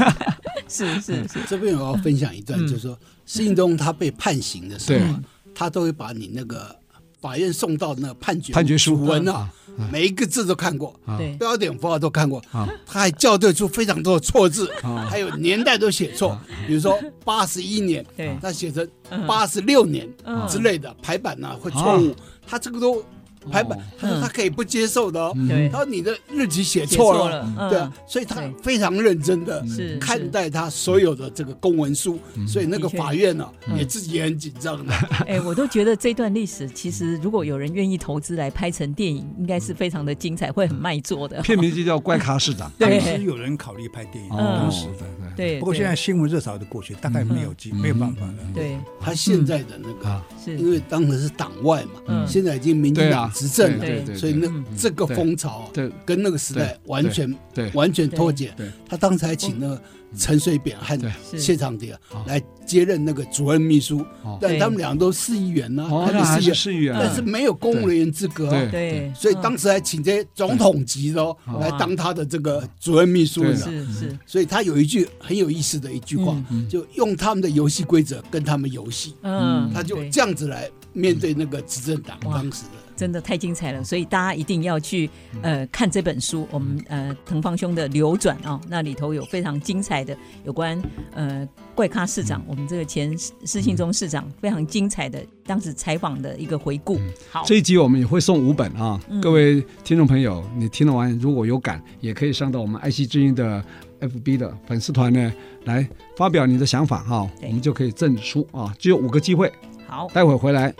E: 是是是，
A: 这边我要分享一段，
E: 嗯
A: 就是说，施应东他被判刑的时候啊，他都会把你那个法院送到那个判决
B: 判决书嗯
A: 文啊，每一个字都看过，
E: 对
A: 标点符号都看过
B: 啊，
A: 他还校对出非常多的错字，
B: 啊
A: 还有年代都写错，比如说八十一年，
E: 啊对
A: 他写成
E: 嗯
A: 八十六年
E: 嗯啊
A: 之类的排版呢会错误，他这个都排版
B: 哦，
A: 他说他可以不接受的哦，
E: 嗯对
A: 他说你的日期写
E: 写
A: 错了，
E: 了，
A: 对啊
E: 嗯，，
A: 所以他
E: 对嗯
A: 非常认真的
E: 是嗯
A: 看待他所有的这个公文书，所以那个
E: 的确嗯
A: 法院呢也自己也很紧张 的，
E: 哎、我都觉得这段历史，其实如果有人愿意投资来拍成电影，应该
A: 嗯
E: 是非常的精彩，会很卖 座的。
B: 片名就叫怪咖市长，
D: 当
E: 对
D: 时有人考虑拍电影，
B: 哦
D: 当时的。
B: 对对嗯
E: 对，
D: 不过现在新闻热潮的过去，大概没有机，没有办法了。
E: 对
A: 他现在的那个
B: 啊，
E: 是
A: 因为当时是党外嘛，
E: 嗯
A: 现在已经民进
B: 对
A: 党
B: 啊，
A: 执政
B: 对
A: 了，
B: 对对，
A: 所以那
E: 嗯
A: 这个风潮啊
B: 对
A: 跟那个时代完全
B: 对
A: 完全脱节
B: 对对。嗯
A: 他当时还请那个陈水扁和
B: 对
E: 是
A: 谢长廷啊
B: 哦
A: 来接任那个主任秘书
B: 哦，
A: 但
E: 对
A: 他们俩都市议员呐，
B: 哦，
A: 台
B: 那还
A: 北市议
B: 是
A: 员，
B: 市议员，
A: 但是没有公务人员资格哦。
B: 对
E: 对，
A: 所以
E: 嗯
A: 当时还请这些总统级的哦
B: 嗯
A: 来当他的这个主任秘书
B: 对
A: 呢。
E: 是是
A: 所以他有一句很有意思的一句话，
B: 嗯
A: 就用他们的游戏规则跟他们游戏，
E: 嗯，
A: 他就
E: 对
A: 这样子来面对那个执政党
E: 哇
A: 当时的。
E: 真的太精彩了，所以大家一定要哦去呃看这本书，我们呃滕方兄的流转啊、那里头有非常精彩来的有关呃怪咖市长，我们这个前市市信中市长非常精彩的当时采访的一个回顾。好，
B: 这一集我们也会送五本啊，
E: 嗯
B: 各位听众朋友，你听了完如果有感，也可以上到我们爱惜之音的 FB 的粉丝团呢，来发表你的想法哈、
E: 对
B: 我们就可以赠书啊，只有五个机会，
E: 好，
B: 待会儿回来。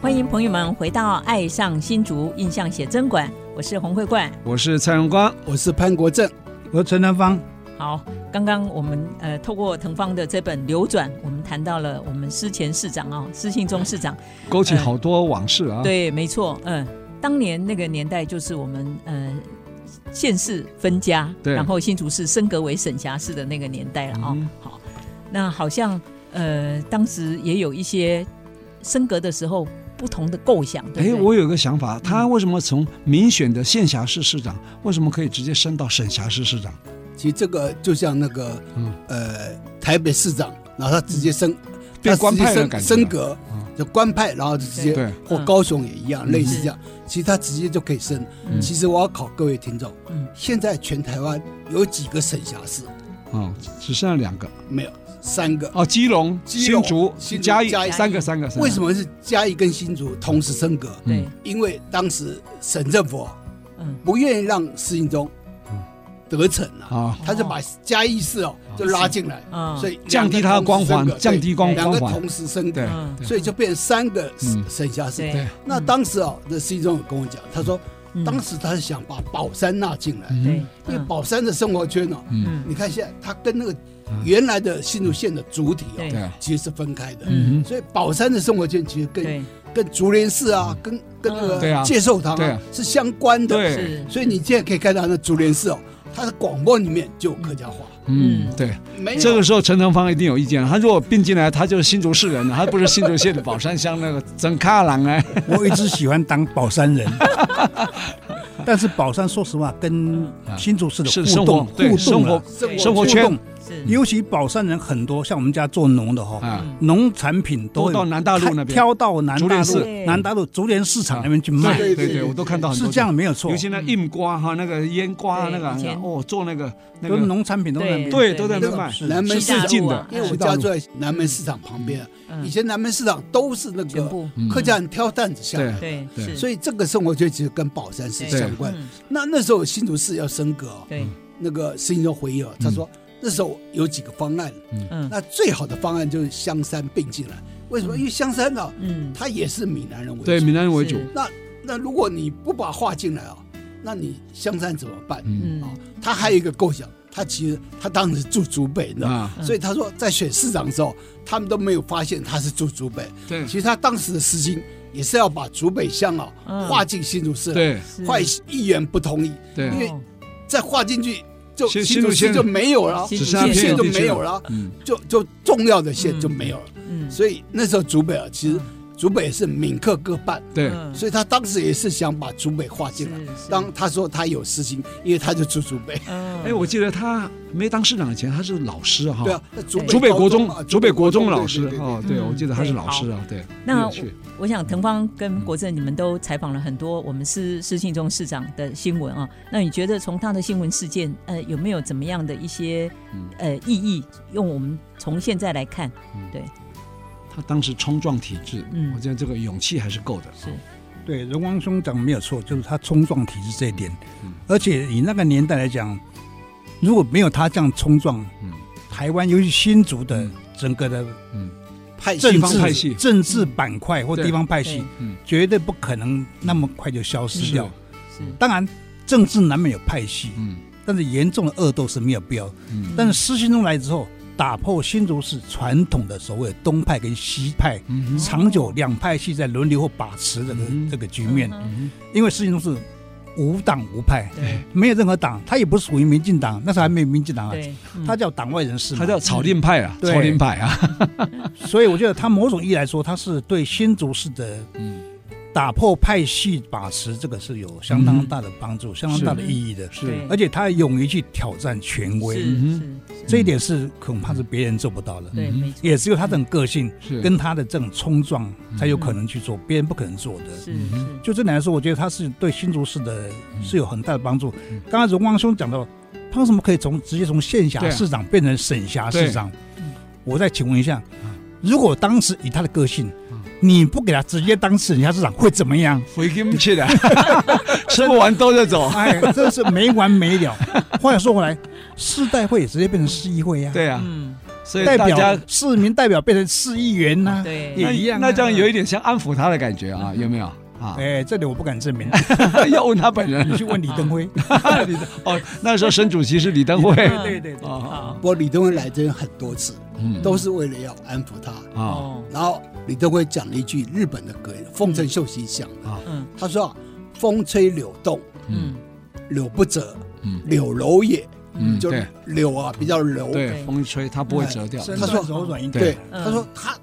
E: 欢迎朋友们回到《爱上新竹印象写真馆》，我是洪慧冠。
B: 我是蔡荣光，
A: 我是潘国正，
D: 我是陈南
B: 嗯
D: 方，
E: 好，刚刚我们呃透过腾芳的这本《流转》，我们谈到了我们之前市长哦，施信中市长。
B: 勾起好多往事啊。
E: 对，没错，嗯，当年那个年代就是我们呃县市分家，
B: 对
E: 然后新竹市升格为省辖市的那个年代了哦。
B: 嗯
E: 好，那好像呃当时也有一些升格的时候不同的构想，对不
B: 哎，
E: 对？
B: 我有个想法，他为什么从民选的县辖市市长，为什么可以直接升到省辖市市长？
A: 其实这个就像那个
B: 嗯，
A: 呃台北市长，然后他直接升，
B: 变
A: 他
B: 官
A: 直接
B: 派的
A: 升
B: 感觉了
A: 升格
B: 嗯，
A: 就官派，然后就直接
B: 对，
A: 或
E: 嗯
A: 高雄也一样，
B: 嗯
A: 类似这样。其实他直接就可以升。
E: 嗯
A: 其实我要考各位听众，
E: 嗯
A: 现在全台湾有几个省辖市？
B: 啊，只剩下两个
A: 没有，三个。
B: 哦，基隆、
A: 基隆
B: 新竹、
A: 新竹
B: 嘉义
A: 嘉义
B: 三个三个。三个
A: 为什？么是嘉义跟新竹同时升格？
E: 对，
A: 因为当时省政府啊
E: 嗯
A: 不愿意让施信中
B: 嗯
A: 得逞啊，
B: 啊，
A: 他就把嘉义市哦就拉进来，
E: 啊，
A: 所
E: 以
A: 以
B: 降低他的
A: 两个
B: 光
A: 同时升
B: 环
A: 格，
B: 降低光
A: 对两
B: 光
A: 个
B: 环。
A: 同时升格
B: 对，
E: 嗯
B: 对
A: 所以就变成三个
B: 嗯
A: 省辖市。
E: 对嗯
B: 对，
A: 那当时啊，这施信中有跟我讲，他说当时他是想把宝山纳进来，
E: 对
B: 嗯，
A: 因为
E: 嗯
A: 宝山的生活圈哦，
B: 嗯，
E: 嗯
A: 你看现在它跟那个原来的新竹县的主体
E: 对
A: 哦，
B: 对啊，
A: 其实是分开的。
E: 嗯
B: 嗯，
A: 所以宝山的生活圈其实跟
E: 对
A: 跟竹林寺啊，跟跟那
B: 嗯对啊
A: 个介寿堂
B: 对
A: 啊
B: 啊
A: 是相关的。
B: 对
E: 是
A: 所以你现在可以看到那竹林寺哦，它的广播里面就有客家话，
B: 嗯
E: 嗯，
B: 对。
A: 没有
B: 这个时候陈腾芳一定有意见了，他如果并进来，他就是新竹市人了，他不是新竹县的宝山乡那个曾卡郎哎。
D: 我一直喜欢当宝 山人，但是宝山说实话跟新竹市的
B: 啊是
D: 互
B: 生活
D: 动
B: 对
D: 互
B: 生
D: 动
B: 活
D: 啊
E: 对
B: 生活
D: 互
B: 圈
D: 动，
E: 是
D: 尤其宝山人很多，像我们家做农的哈，
B: 啊，
D: 农产品都
B: 都
D: 会
B: 到南大陆那边
D: 嗯挑到南
B: 竹
D: 大
B: 联
D: 陆
E: 市
D: 南大陆竹联市场那边去卖，
B: 对对
A: 对
B: 对，
A: 对
B: 我都看到很多
D: 是这样，没有错
B: 尤。其那硬瓜哈，那个腌瓜那
E: 对
B: 个
E: 以前
B: 哦，做那个那
D: 都是
B: 个
D: 农产品都在那边
B: 对都在
A: 那
B: 那边
A: 个
B: 卖，
D: 是
A: 南门市
B: 是最
A: 场，
B: 近
E: 啊
B: 的，
A: 因为我家住在南门市场旁边，啊以前南门市场都是那
E: 嗯全
A: 个嗯
E: 部
B: 嗯
A: 客家人挑担子下来
B: 对
A: 的。
B: 对
E: 对是
A: 所以这个生活圈其实跟宝山是
E: 对
A: 相关的。
E: 嗯
A: 那那时候新竹市要升格、哦，
E: 对
A: 那个施信中回忆了，他说、那时候有几个方案，
E: 嗯
A: 那最好的方案就是香山并进来。为什么？
E: 嗯
A: 因为香山呢、啊，
E: 嗯
A: 它也是闽南人为主。
B: 对闽南人为主，
E: 是
A: 那那如果你不把话进来啊，那你香山怎么办？啊
B: 嗯
E: 嗯
A: 他还有一个构想，他其实他当时住竹北的。
B: 啊，
E: 嗯
A: 所以他说，在选市长的时候，他们都没有发现他是住竹北。
B: 对
A: 其实他当时的私心也是要把竹北乡啊
E: 嗯
A: 划进新竹市来。
B: 对
E: 是
A: 坏议员不同意，
B: 对
A: 因，为
E: 哦
A: 再划进去就
B: 新
A: 新竹
B: 新
A: 县
B: 竹县
A: 就没有了，
E: 只
B: 只
E: 是
B: 剩下
E: 新
A: 县
B: 偏远
E: 竹
A: 就
B: 地区
A: 没有
B: 了，
A: 了，
B: 嗯，
A: 就就重要的县就没有了。
E: 嗯
A: 所以那时候竹北啊，其
B: 嗯
A: 实竹北是闽客各半，
B: 对，
E: 嗯
A: 所以他当时也是想把竹北划进来。
E: 是
A: 当他说他有私心，因为他就住竹北，
E: 嗯
B: 哎，我记得他没当市长以前，他是老师哈
A: 对，啊，那竹
B: 竹北
A: 高
B: 国中
A: 啊，
B: 竹北国中老师
A: 对对对
B: 哦，
A: 对
B: 对，
E: 嗯
B: 我记得他是
E: 对
B: 老师啊，对，
E: 那
B: 很有趣
E: 我想腾芳跟国政，你们都采访了很多我们市市信中市长的新闻啊。那你觉得从他的新闻事件，呃，有没有怎么样的一些
B: 嗯
E: 呃意义？用我们从现在来看，
B: 他当时冲撞体制，
E: 嗯
B: 我觉得这个勇气还是够的，
E: 是
D: 对，荣光兄讲没有错，就是他冲撞体制这一点
B: 嗯。
D: 而且以那个年代来讲，如果没有他这样冲撞，
B: 嗯
D: 台湾尤其新竹的
B: 嗯
D: 整个的
B: 嗯。
A: 派系
D: 政
B: 地方派
D: 治
B: 系
D: 政治板块或
B: 对
D: 地方派
E: 对
D: 系
B: 嗯，
D: 绝对不可能那么快就消失掉。
E: 是
D: 当然，政治难免有派系，
B: 嗯
D: 但是严重的恶斗是没有必要。
B: 嗯
D: 但是施信中来之后，打破新竹市传统的所谓的东派跟西派
B: 嗯
D: 长久两派系在轮流或把持的这个
B: 嗯
D: 这个局面。
E: 嗯
D: 因为施信中是无党无派，
E: 对
D: 没有任何党，他也不是属于民进党，那时候还没有民进党啊，
E: 对，嗯
D: 他叫党外人士嘛
B: 他。叫草令派啊，
D: 对
B: 草令派啊，
D: 所以我觉得他某种意义来说，他是对新竹市的
B: 嗯，
D: 打破派系把持，这个是有相当大的帮助、相当大的意义的。
B: 嗯是
D: 而且他勇于去挑战权威，
E: 是
B: 嗯
E: 是，
D: 这一点是恐怕是别人做不到的。
E: 对，
B: 嗯
E: 没错，
D: 也只有他这种个性
B: 是
D: 跟他的这种冲撞，
B: 嗯
D: 才有可能去做别人不可能做的。
E: 是
B: 嗯
E: 是，
D: 就这点来说，我觉得他是对新竹市的是有很大的帮助
B: 嗯。
D: 刚刚荣光兄讲到，他为什么可以从直接从县
B: 对
D: 辖
B: 啊
D: 市长变成省辖市长
E: 嗯？
D: 我再请问一下
B: 嗯，
D: 如果当时以他的个性
B: 嗯，
D: 你不给他直接当省辖市长会怎么样？
B: 回金去的，吃不完兜着走，
D: 哎，这是没完没了。 话又说回来，市代会也直接变成市议会呀、
B: 对啊，
E: 嗯，
B: 所以
D: 代
B: 大家
D: 表市民代表变成市议员
B: 嗯
D: 呐、
E: 对，
D: 也一样啊
B: 那那这样有一点像安抚他的感觉啊，有没有 啊？
D: 哎，这里我不敢证明，
B: 要问他本人
D: 你去问李登 辉。
B: 李登哦，那时候省主席是李登辉
E: 嗯
D: 对对对，
B: 啊，
E: 好
A: 不，过李登辉来这边很多次，
B: 嗯
A: 都是为了要安抚他。
B: 啊
E: 哦，
A: 然后李登辉讲了一句日本的格言，
B: 嗯
A: 丰臣秀吉讲的，
E: 嗯
A: 他说、啊：“风吹柳动，
E: 嗯，
A: 柳不折，
B: 嗯
A: 柳柔也。”
B: 嗯，
A: 就
B: 对
A: 柳啊比较柔。
B: 对，风吹它不会折掉
D: 身
A: 他
D: 段
A: 说
D: 柔软一点。
A: 对，
E: 嗯
A: 他说他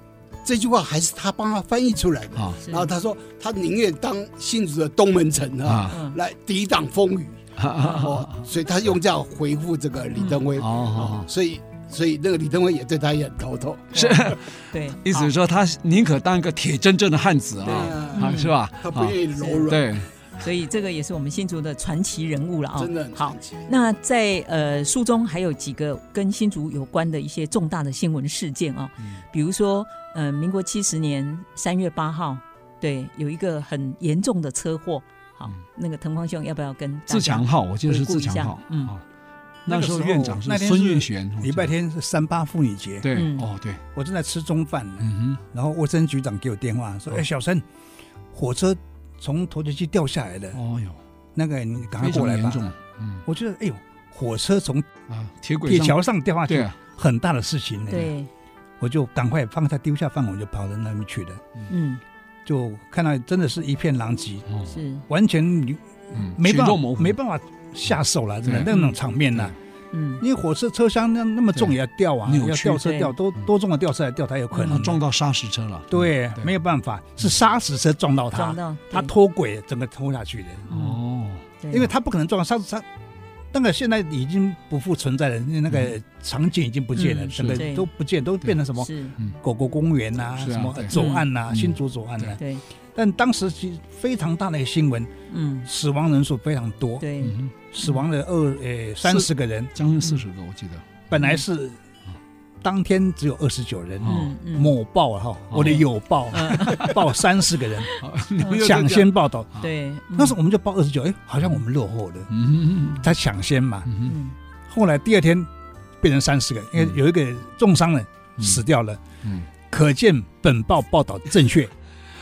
A: 这句话还是他帮他翻译出来的。
B: 啊
E: 是
A: 然后他说他宁愿当新竹的东门城啊，
B: 啊
E: 嗯
A: 来抵挡风雨。哦，所以他用这样回复这个李登辉。
B: 哦，
A: 所以所以那个李登辉也对他也很头痛。
B: 是
E: 哦对，
B: 意思是说他宁可当一个铁真正的汉子啊，
A: 啊，
B: 啊是吧？
A: 他不愿意柔
B: 啊
A: 软，
B: 对，
E: 所以这个也是我们新竹的传奇人物了啊、
A: 真的很
E: 好
A: 神。奇。
E: 那在呃书中还有几个跟新竹有关的一些重大的新闻事件啊、比如说呃民国七十年三月八号，对，有一个很严重的车祸。好，那个腾光兄要不要跟大家
B: 自强号我记得是自强号
E: 回，顾一下嗯
B: 啊，那时候院长是
D: 那天是
B: 孙运璇，我记得
D: 礼拜天是三八妇女节，
B: 对
E: 嗯
B: 哦对，
D: 我正在吃中饭呢，
B: 嗯
D: 然后卫生局长给我电话说：“
B: 哦
D: 哎，小生，火车从头桥区掉下来了
B: 哼，，哦哟，
D: 那个你赶快
B: 非常
D: 过来
B: 严
D: 吧。
B: 重，嗯”
D: 我觉得，哎呦，火车从
B: 啊，铁轨
D: 铁
B: 上
D: 桥上掉下
B: 对
D: 去，
B: 啊，
D: 很大的事情呢。，
E: 对，
D: 我就赶快放下丢下饭，我就跑到那边去了，
E: 嗯，
D: 就看到真的是一片狼藉，
B: 哦
E: 是，
D: 完全你
B: 嗯
D: 没办
B: 血肉
D: 法
B: 模糊
D: 没办法下手了，真的
B: 对
D: 那种场面呐、
E: 嗯，
D: 因为火车车厢那那么重
B: 对
D: 也要掉啊，
B: 扭
D: 要
B: 曲嗯
D: 吊车
E: 对
D: 吊，多多重的吊车来吊它有可
B: 可能
D: 能
B: 撞。到砂石车了，
D: 对，没有办法，是砂石车撞到
E: 撞
D: 它，
E: 到
D: 它
E: 对
D: 脱轨，整个拖下去的。
E: 嗯
B: 哦，
E: 对
D: 因为它不可能撞砂石车，那个现在已经不复存在了，那个
B: 嗯
D: 场景已经不见了，
E: 嗯
D: 整个
E: 是对
D: 都不见，都变成什么
E: 是，
D: 狗狗公园呐、
B: 是啊
D: 什么
B: 对
D: 左岸呐、
B: 嗯
D: 新竹左岸呐、
E: 对，
D: 但当时其实非常大的一个新闻，
E: 嗯，
D: 死亡人数非常多，
E: 对，
B: 嗯哼，
D: 死亡了二呃
B: 是
D: 三十个人，
B: 将近四十个我记得，
D: 本来是当天只有二十九人。
B: 哦
E: 嗯嗯，
D: 某报啊哈，我的有报 报三十个人，
B: 好你们又
D: 抢先报道，
E: 对，嗯
D: 那时候我们就报二十九，哎，好像我们落后了，
B: 嗯
D: 他抢先嘛。
B: 嗯哼
E: 嗯，
D: 后来第二天变成三十个，因为有一个重伤了，
B: 嗯
D: 死掉了。
B: 嗯
D: 可见本报报道正确，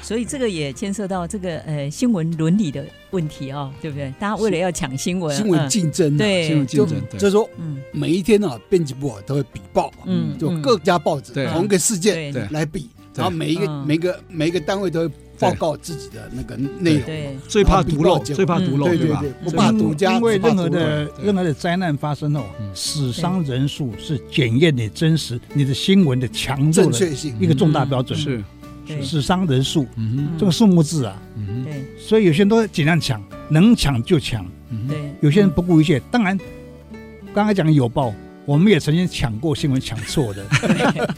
E: 所以这个也牵涉到这个呃新闻伦理的问题啊、对不对？大家为了要抢新闻，
A: 新闻竞争、啊
E: 嗯、，对，
B: 进入竞
A: 就
B: 争对
A: 就是说
E: 嗯
A: 每一天啊，编辑部啊都会比报，
E: 嗯，
A: 就
E: 嗯
A: 各家报纸
B: 对
A: 同一个事件
E: 对
B: 对
A: 来比，
B: 对
A: 然后每一个
E: 嗯
A: 每一个每一个单位都会报告自己的那个内容，
E: 对
B: 最怕独
A: 然后
B: 漏，
A: 比报结
B: 最怕
E: 果
B: 独漏
A: 对嗯对
B: 吧
A: 对？，不
B: 最
A: 怕
D: 因
A: 独家，
D: 因为
A: 只怕
D: 任何
A: 独
D: 的
A: 断对
D: 任何的灾难发生后，
B: 嗯
D: 死伤人数是检验你真实你的新闻的强弱
A: 正
D: 的
A: 确性
D: 一个重大标准。
B: 是
E: 对
D: 死伤人数
B: 嗯
D: 这个数目字啊，
B: 哼嗯哼
E: 对
D: 所以有些人都尽量抢，能抢就抢。
B: 嗯哼
E: 对，
D: 有些人不顾一切。当然，刚才讲有报，我们也曾经抢过新闻，抢错的。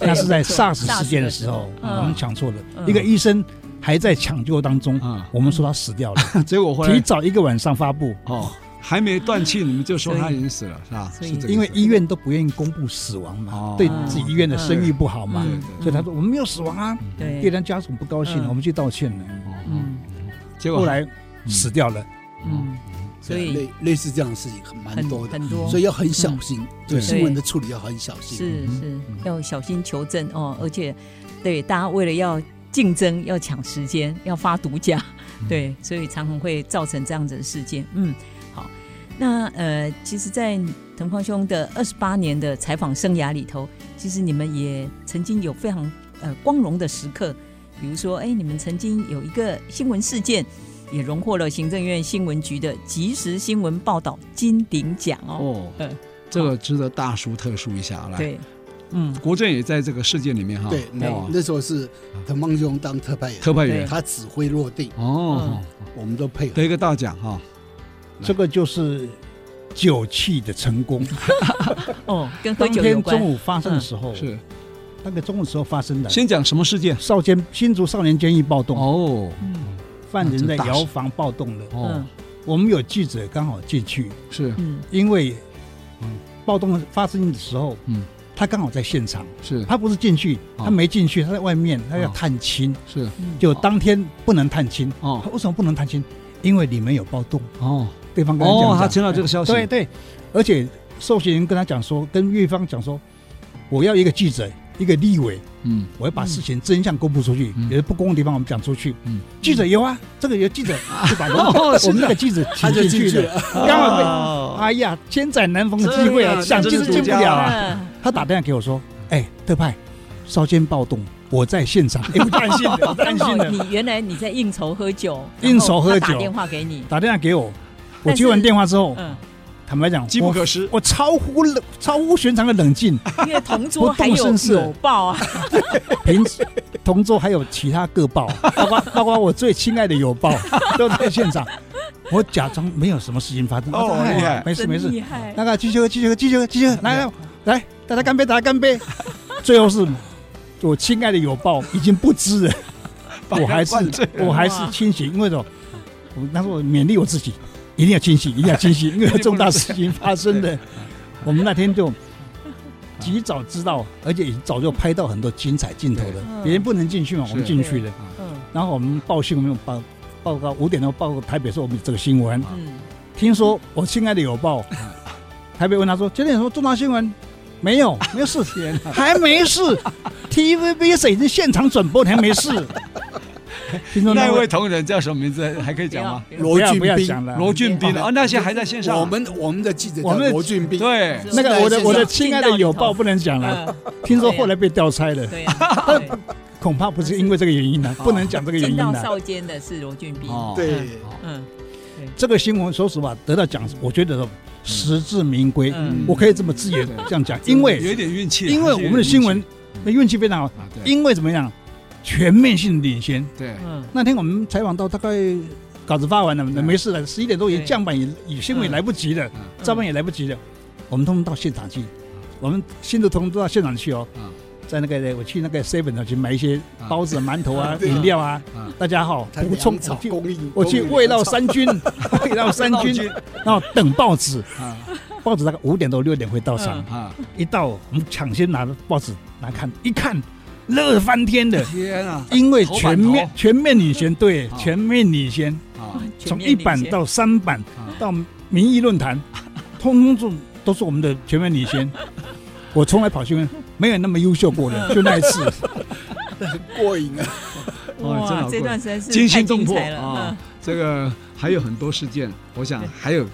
D: 那是在 SARS 事件的时候，
E: 嗯
D: 我们抢错了。
E: 嗯
D: 一个医生还在抢救当中，
B: 啊，
D: 我们说他死掉了，
B: 结果后
D: 提
B: 来
D: 早一个晚上发布，
B: 哦还没断气，你们就说
E: 所以
B: 他已经死了是吧？
E: 所以
B: 是这个
D: 因为
B: 意思
D: 医院都不愿意公布死亡嘛
B: 哦，
D: 对自己医院的声誉不好嘛，
B: 嗯
D: 所以他说我们没有死亡啊。
E: 嗯对
D: 第二天家属不高兴，
E: 嗯
D: 我们去道歉了。
B: 哦
E: 嗯
B: 结果
D: 后来死掉了，
E: 嗯，所以
A: 类类似这样的事情很蛮
E: 很
A: 多的，
E: 很多，
A: 所以要很
D: 嗯
A: 小心，对
B: 对
A: 新闻的处理要很小心。
E: 是是
B: 嗯
E: 要小心求证哦，而且对大家为了要竞争、要抢时间、要发独家，
B: 嗯
E: 对，所以常常会造成这样子的事件。嗯，好，那呃，其实，在滕匡兄的二十八年的采访生涯里头，其实你们也曾经有非常呃光荣的时刻，比如说，哎，你们曾经有一个新闻事件，也荣获了行政院新闻局的即时新闻报道金鼎奖哦。
B: 哦
E: 嗯，
B: 这个值得大书特书一下来。，
E: 对，嗯，
B: 国政也在这个事件里面哈。
A: 对，那
D: 啊
B: 哦
A: 那时候是滕邦兄当特派员，
B: 特派员
E: 对
A: 他指挥落定，
B: 哦，
A: 我们都配合。
B: 得一个大奖哈。
D: 这个就是酒气的成功。
E: 哦，跟喝
D: 当
E: 酒有
D: 天
E: 关
D: 中。午发生的时候，
B: 嗯是，
D: 那个中午时候发生的。
B: 先讲什么事件？
D: 少监新竹少年监狱暴动，
B: 哦
E: 嗯
D: 犯人
B: 那这
D: 在
B: 大事
D: 窑房暴动了。
B: 哦，
D: 我们有记者刚好进去，
B: 是
E: 嗯
D: 因为嗯暴动发生的时候，
B: 嗯
D: 他刚好在现场，
B: 是
D: 他不是进去，
B: 哦
D: 他没进去，他在外面，他要
B: 哦
D: 探亲，
B: 是
E: 嗯，
D: 就当天不能探亲。
B: 哦
D: 为什么不能探亲？因为里面有暴动，
B: 哦
D: 对方跟他讲
B: 哦，
D: 讲
B: 他听到这个消息，
D: 对对，而且受刑人跟他讲说，跟狱方讲说，我要一个记者，一个立委，
B: 嗯
D: 我要把
E: 嗯
D: 事情真相公布出去，
B: 嗯
D: 有些不公的地方我们讲出去。
B: 嗯
D: 记者有啊，这个有记者，就把
B: 哦是的
D: 我们那个记者
A: 他就
D: 请进
A: 进
D: 去
A: 去
D: 了。
A: 了，
D: 刚好被
B: 哦，
D: 哎呀，千载难逢的机会
B: 这
D: 啊，
B: 样
D: 想进
B: 真
D: 都
B: 是
D: 进
B: 独
D: 不
B: 家
D: 了啊。
E: 啊，
D: 他打电话给我说：“哎，特派，烧监暴
B: 嗯
D: 动，我在 现场。”哎，我担心的，我
E: 刚
D: 担
E: 好
D: 心的，
E: 你原来你在应酬喝酒，
D: 应酬喝酒
E: 然后他打电话 给你，
D: 打电话给我。我
E: 但是
D: 接完电话之后，
E: 嗯，
D: 坦白讲，
B: 机不
D: 我
B: 可失。
D: 我超乎冷，超乎寻常的冷静。
E: 因为同桌还
D: 不动
E: 有
D: 声色
E: 有报啊，
D: 平时同桌还有其他各 报，包括包括我最亲爱的友报 都在现场。我假装没有什么事情发生，
B: 哦
D: 我说哎
B: 厉害
D: 没事
E: 真
D: 没事
E: 厉，害，
D: 那个继续喝，继续喝，继续喝，继续喝，来来来，大家干杯，大家干杯。最后是我亲爱的友报已经不知了，我还是
B: 百万啊
D: 我还是清醒，因为什么？我那时候我勉励我自己，一定要清醒，一定要清醒，因为有重大事情发生的。我们那天就及早知道，而且早就拍到很多精彩镜头了。
E: 对
D: 别人不能进去嘛，
B: 是
D: 我们进去了。
E: 嗯
D: 然后我们报信，我们报报告五点钟报告台北说我们有这个新闻。
E: 嗯，
D: 听说我亲爱的有报，台北问他说今天有什么重大新闻？没有，没有事，还没事。TVB 是已经现场转播，你还没事。听说
B: 那
D: 那
B: 位
D: 位
B: 同仁叫什么名字？还可以
E: 不
B: 讲
E: 要
B: 吗？
E: 不要
D: 不
A: 罗
D: 要
A: 俊
D: 不要
A: 斌，
D: 讲了，
B: 罗俊斌
D: 好
B: 哦，那些还在线上。
A: 我们我们的记者
D: 我
A: 叫
D: 们的
A: 罗俊斌，
B: 对
E: 是
D: 那个我的我的
E: 进
D: 亲
E: 到
D: 爱的有报不能讲了，
E: 嗯
D: 听说后来被调差了，
E: 对啊，对
D: 恐怕不是因为这个原因呢，不能讲这个原
E: 进
D: 因啊
E: 到
D: 呢。
E: 少监哦 的是罗俊斌，
B: 哦
A: 对，
E: 嗯
D: 这个新闻说实话得到奖，我觉得实至名归，
E: 嗯
D: 我可以这么自言
B: 对
D: 这样讲，因
B: 有
D: 为
B: 一点运气，
D: 因为我们的新闻那运气非常好，
B: 啊，对
D: 因为怎么样，全面性领先。
B: 对
E: 嗯，
D: 那天我们采访到大概稿子发完了，没事了，十一点多已经
E: 对
D: 降版也也新闻也
E: 嗯
D: 来不及了，
B: 嗯
D: 照片也来不及了，我们通通到现场去，我们新的通通都到现场去哦
B: 嗯。
D: 在那个我去那个 seven 上去买一些
B: 啊
D: 包子、馒头啊、
A: 对
D: 饮料啊
B: 嗯，
D: 大家好
A: 他
D: 补充
A: 粮草
D: 我去
A: 供应，
D: 我去
A: 供应
D: 慰劳
A: 粮草
D: 三军， 慰劳三军，然后等报纸，
B: 啊
D: 报纸大概五点多六点会到场
E: 嗯，
B: 啊！
D: 一到我们抢先拿报纸来看，一看乐翻天的，
B: 天啊
D: 因为
B: 头版
D: 全面
B: 头
D: 全面领先，对
B: 啊，
D: 全面领先，
B: 啊！
D: 从一版到三版
B: 啊
D: 到民意论坛，通通都都是我们的全面 领先。我从来跑新闻没有那么优秀过的，就那一次。
A: 过瘾啊，
B: 哦真好
E: 哇，
B: 过
E: 这段实在是
B: 惊心
E: 太
B: 动魄
E: 彩了
D: 哦嗯
B: 啊！！这个还有很多事件，我想还有